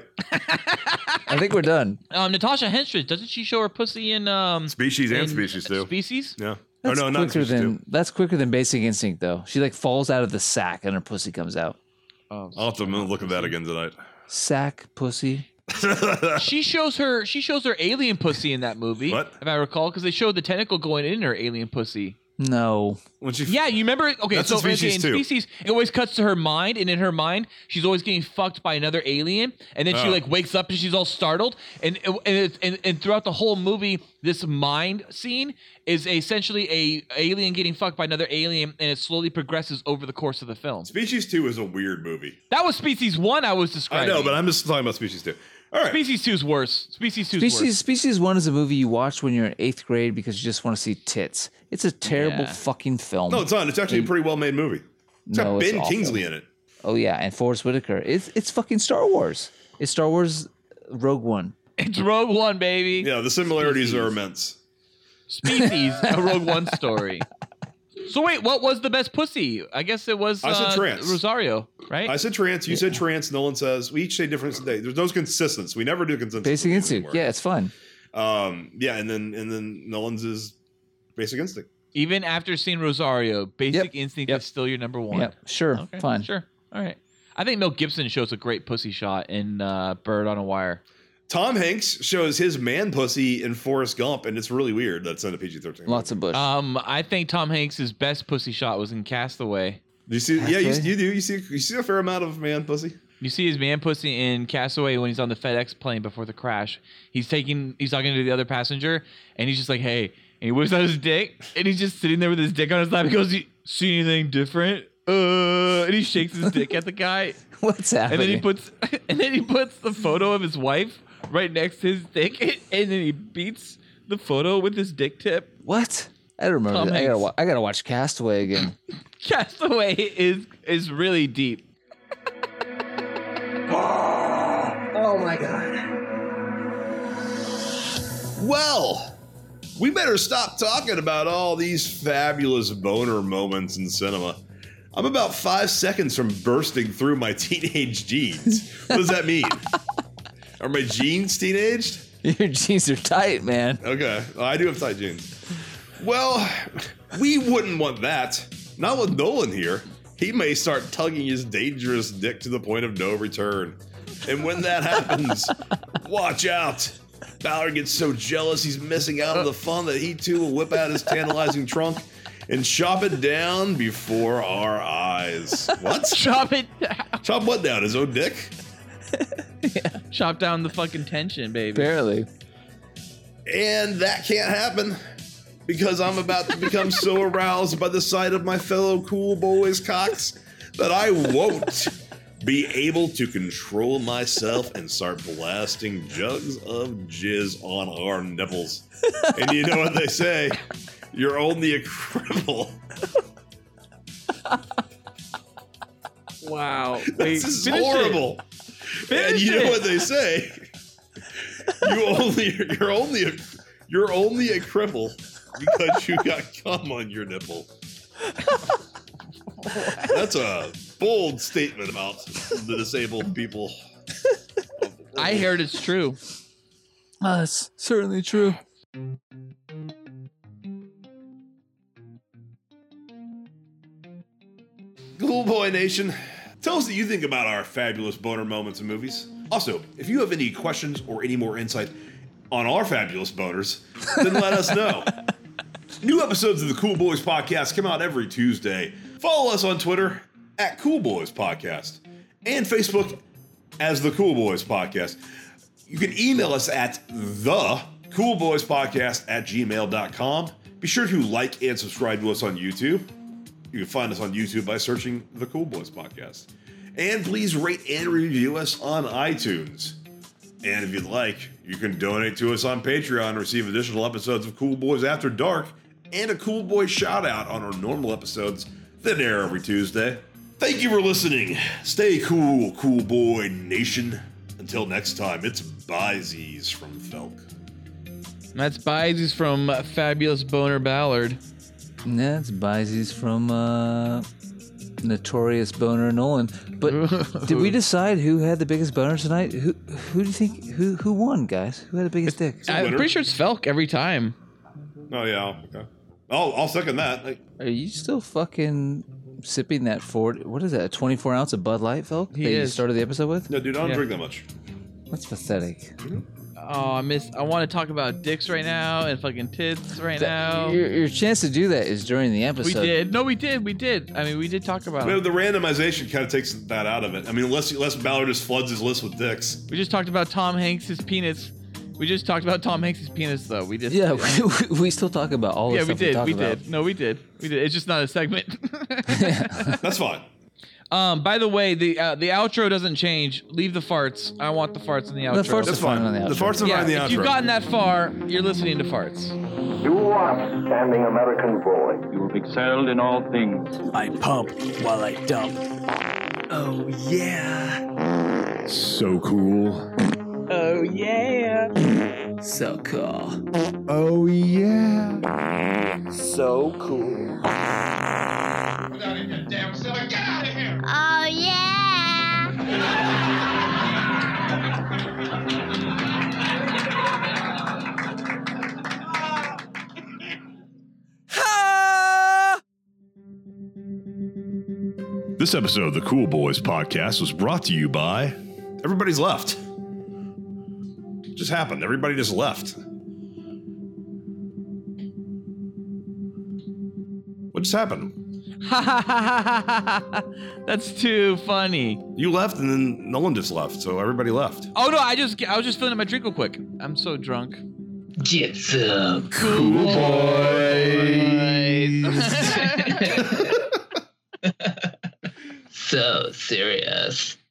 [SPEAKER 1] I think we're done.
[SPEAKER 2] Um, Natasha Henstridge doesn't she show her pussy in um
[SPEAKER 11] Species
[SPEAKER 2] in
[SPEAKER 11] and Species too?
[SPEAKER 2] Species.
[SPEAKER 11] Yeah.
[SPEAKER 1] That's
[SPEAKER 11] oh no, not
[SPEAKER 1] quicker
[SPEAKER 11] Species
[SPEAKER 1] than
[SPEAKER 11] 2.
[SPEAKER 1] that's quicker than Basic Instinct though. She like falls out of the sack and her pussy comes out.
[SPEAKER 11] Oh, I'll have to look at that again tonight.
[SPEAKER 1] Sack pussy.
[SPEAKER 2] she shows her she shows her alien pussy in that movie.
[SPEAKER 11] What?
[SPEAKER 2] If I recall, because they showed the tentacle going in her alien pussy.
[SPEAKER 1] No.
[SPEAKER 11] When she
[SPEAKER 2] yeah, you remember? Okay,
[SPEAKER 11] That's
[SPEAKER 2] so
[SPEAKER 11] in Species
[SPEAKER 2] in
[SPEAKER 11] too.
[SPEAKER 2] Species, it always cuts to her mind, and in her mind, she's always getting fucked by another alien, and then she
[SPEAKER 11] Oh.
[SPEAKER 2] like wakes up and she's all startled, and and, it's, and and throughout the whole movie, this mind scene is essentially a alien getting fucked by another alien, and it slowly progresses over the course of the film.
[SPEAKER 11] Species Two is a weird movie.
[SPEAKER 2] That was Species One I was
[SPEAKER 11] I
[SPEAKER 2] describing.
[SPEAKER 11] know, but I'm just talking about Species Two. All right.
[SPEAKER 2] Species Two's worse. Species Two's
[SPEAKER 1] Species
[SPEAKER 2] worse.
[SPEAKER 1] Species One is a movie you watch when you're in eighth grade because you just want to see tits. It's a terrible
[SPEAKER 2] Yeah.
[SPEAKER 1] fucking film.
[SPEAKER 11] no, it's on. It's actually a pretty well made movie. It's got
[SPEAKER 1] No, it's
[SPEAKER 11] Ben
[SPEAKER 1] awful.
[SPEAKER 11] Kingsley in it.
[SPEAKER 1] oh yeah, and Forrest Whitaker. It's it's fucking Star Wars. It's Star Wars uh, Rogue One.
[SPEAKER 2] It's Rogue One, baby.
[SPEAKER 11] Yeah, the similarities are immense.
[SPEAKER 2] Species, a Rogue One story. So wait, what was the best pussy? I guess it was
[SPEAKER 11] I said
[SPEAKER 2] uh,
[SPEAKER 11] trance.
[SPEAKER 2] Rosario, right?
[SPEAKER 11] I said trance. You said trance. Nolan says we each say different. There's no consistency. We never do consistency.
[SPEAKER 1] Basic Instinct. Yeah, it's fun.
[SPEAKER 11] Um. Yeah, and then and then Nolan's is Basic Instinct.
[SPEAKER 2] Even after seeing Rosario,
[SPEAKER 1] Yep.
[SPEAKER 2] Basic Instinct
[SPEAKER 1] Yep.
[SPEAKER 2] is still your number one.
[SPEAKER 1] Yep. Sure.
[SPEAKER 2] Okay,
[SPEAKER 1] fine.
[SPEAKER 2] Sure. All right. I think Mel Gibson shows a great pussy shot in uh, Bird on a Wire.
[SPEAKER 11] Tom Hanks shows his man pussy in Forrest Gump, and it's really weird. That's in a PG thirteen.
[SPEAKER 1] Lots of bush.
[SPEAKER 2] Um, I think Tom Hanks' best pussy shot was in Castaway.
[SPEAKER 11] Do you see? Yeah, you,
[SPEAKER 1] Okay.
[SPEAKER 11] you do. You see? You see a fair amount of man pussy.
[SPEAKER 2] You see his man pussy in Castaway when he's on the FedEx plane before the crash. He's taking, he's talking to the other passenger, and he's just like, "Hey," and he whips out his dick, and he's just sitting there with his dick on his lap. He goes, "You "See anything different?" Uh, and he shakes his dick at the guy,
[SPEAKER 1] What's
[SPEAKER 2] and
[SPEAKER 1] happening?
[SPEAKER 2] then he puts, and then he puts the photo of his wife right next to his dick, and then he beats the photo with his dick tip.
[SPEAKER 1] what? I don't remember.
[SPEAKER 2] Tom
[SPEAKER 1] that. I gotta
[SPEAKER 2] Hanks.
[SPEAKER 1] wa- I gotta watch Castaway again.
[SPEAKER 2] Castaway is is really deep.
[SPEAKER 11] Well, we better stop talking about all these fabulous boner moments in cinema. I'm about five seconds from bursting through my teenage jeans. What does that mean? Are my jeans teenaged?
[SPEAKER 1] Your jeans are tight, man.
[SPEAKER 11] Okay, well, I do have tight jeans. Well, we wouldn't want that. Not with Nolan here. He may start tugging his dangerous dick to the point of no return. And when that happens, watch out. Ballard gets so jealous he's missing out on the fun that he too will whip out his tantalizing trunk and chop it down before our eyes. What?
[SPEAKER 2] Chop it, down.
[SPEAKER 11] chop what down? His own dick?
[SPEAKER 2] chop down the fucking tension, baby.
[SPEAKER 1] Barely.
[SPEAKER 11] And that can't happen because I'm about to become so aroused by the sight of my fellow cool boys' cocks that I won't be able to control myself and start blasting jugs of jizz on our nipples. And you know what they say? You're only a cripple.
[SPEAKER 2] Wow.
[SPEAKER 11] This is
[SPEAKER 2] finish it.
[SPEAKER 11] horrible. And
[SPEAKER 2] Finish
[SPEAKER 11] you know
[SPEAKER 2] it.
[SPEAKER 11] what they say? You only you're only a you're only a cripple because you got cum on your nipple. That's a bold statement about the disabled people.
[SPEAKER 2] I heard it's true.
[SPEAKER 1] Uh, that's certainly true.
[SPEAKER 11] Cool Boy Nation, tell us what you think about our fabulous boner moments in movies. Also, if you have any questions or any more insight on our fabulous boners, then let us know. New episodes of the Cool Boys Podcast come out every Tuesday. Follow us on Twitter at Cool Boys Podcast and Facebook as the Cool Boys Podcast. You can email us at the Cool Boys Podcast at gmail.com. Be sure to like and subscribe to us on YouTube.
[SPEAKER 3] You can find us on YouTube by searching The Cool Boys Podcast. And please rate and review us on iTunes. And if you'd like, you can donate to us on Patreon and receive additional episodes of Cool Boys After Dark and a Cool Boy shout out on our normal episodes that air every Tuesday. Thank you for listening. Stay cool, Cool Boy Nation. Until next time, it's Byzies from Felk.
[SPEAKER 2] That's Byzies from uh, Fabulous Boner Ballard.
[SPEAKER 1] Yeah, it's Byzies from uh, Notorious Boner Nolan. But did we decide who had the biggest boner tonight? Who who do you think who who won, guys? Who had the biggest dick?
[SPEAKER 2] I'm pretty sure it's Felk every time.
[SPEAKER 3] Oh yeah. Okay. Oh, I'll second that. Like,
[SPEAKER 1] Are you still fucking sipping that Ford? What is that? A 24 ounce of Bud Light, Felk?
[SPEAKER 2] He
[SPEAKER 1] that you
[SPEAKER 2] is.
[SPEAKER 1] started the episode with?
[SPEAKER 3] no, dude, I don't
[SPEAKER 2] Yeah.
[SPEAKER 3] drink that much.
[SPEAKER 1] That's pathetic.
[SPEAKER 2] Oh, I miss. I want to talk about dicks right now and fucking tits right now.
[SPEAKER 1] Your, your chance to do that is during the
[SPEAKER 2] We
[SPEAKER 1] episode.
[SPEAKER 2] did. No, we did. We did. I mean, we did talk about.
[SPEAKER 3] Well,
[SPEAKER 2] It.
[SPEAKER 3] the randomization kind of takes that out of it. I mean, unless unless Ballard just floods his list with dicks.
[SPEAKER 2] We just talked about Tom Hanks's penis. We just talked about Tom Hanks's penis, though. We just
[SPEAKER 1] Yeah, we, we, we still talk about all the
[SPEAKER 2] yeah, we
[SPEAKER 1] stuff we,
[SPEAKER 2] did.
[SPEAKER 1] talk
[SPEAKER 2] We,
[SPEAKER 1] about.
[SPEAKER 2] did. No, we did. We did. It's just not a segment.
[SPEAKER 3] That's fine.
[SPEAKER 2] um. By the way, the uh, the outro doesn't change. Leave the farts. I want the farts in the outro.
[SPEAKER 1] The farts are
[SPEAKER 3] That's
[SPEAKER 1] fine
[SPEAKER 3] fine.
[SPEAKER 1] on the
[SPEAKER 3] The
[SPEAKER 1] outro.
[SPEAKER 3] farts are
[SPEAKER 2] yeah,
[SPEAKER 3] fine in the
[SPEAKER 2] if
[SPEAKER 3] outro.
[SPEAKER 2] you've gotten that far, you're listening to farts.
[SPEAKER 6] You are outstanding American boy.
[SPEAKER 16] You have excelled in all things.
[SPEAKER 12] I pump while I dump.
[SPEAKER 16] Oh, yeah.
[SPEAKER 5] So cool.
[SPEAKER 16] Oh, yeah. So cool.
[SPEAKER 5] Oh, yeah.
[SPEAKER 16] So cool.
[SPEAKER 14] Damn, silly, get out of here!
[SPEAKER 7] Oh, yeah.
[SPEAKER 5] This episode of the Cool Boys podcast was brought to you by
[SPEAKER 3] Everybody's left. Just happened. Everybody just left. What just happened?
[SPEAKER 2] That's too funny.
[SPEAKER 3] You left, and then Nolan just left, so everybody left.
[SPEAKER 2] Oh no, I just I was just filling up my drink real quick. I'm so drunk.
[SPEAKER 16] Get some
[SPEAKER 2] cool
[SPEAKER 16] so serious.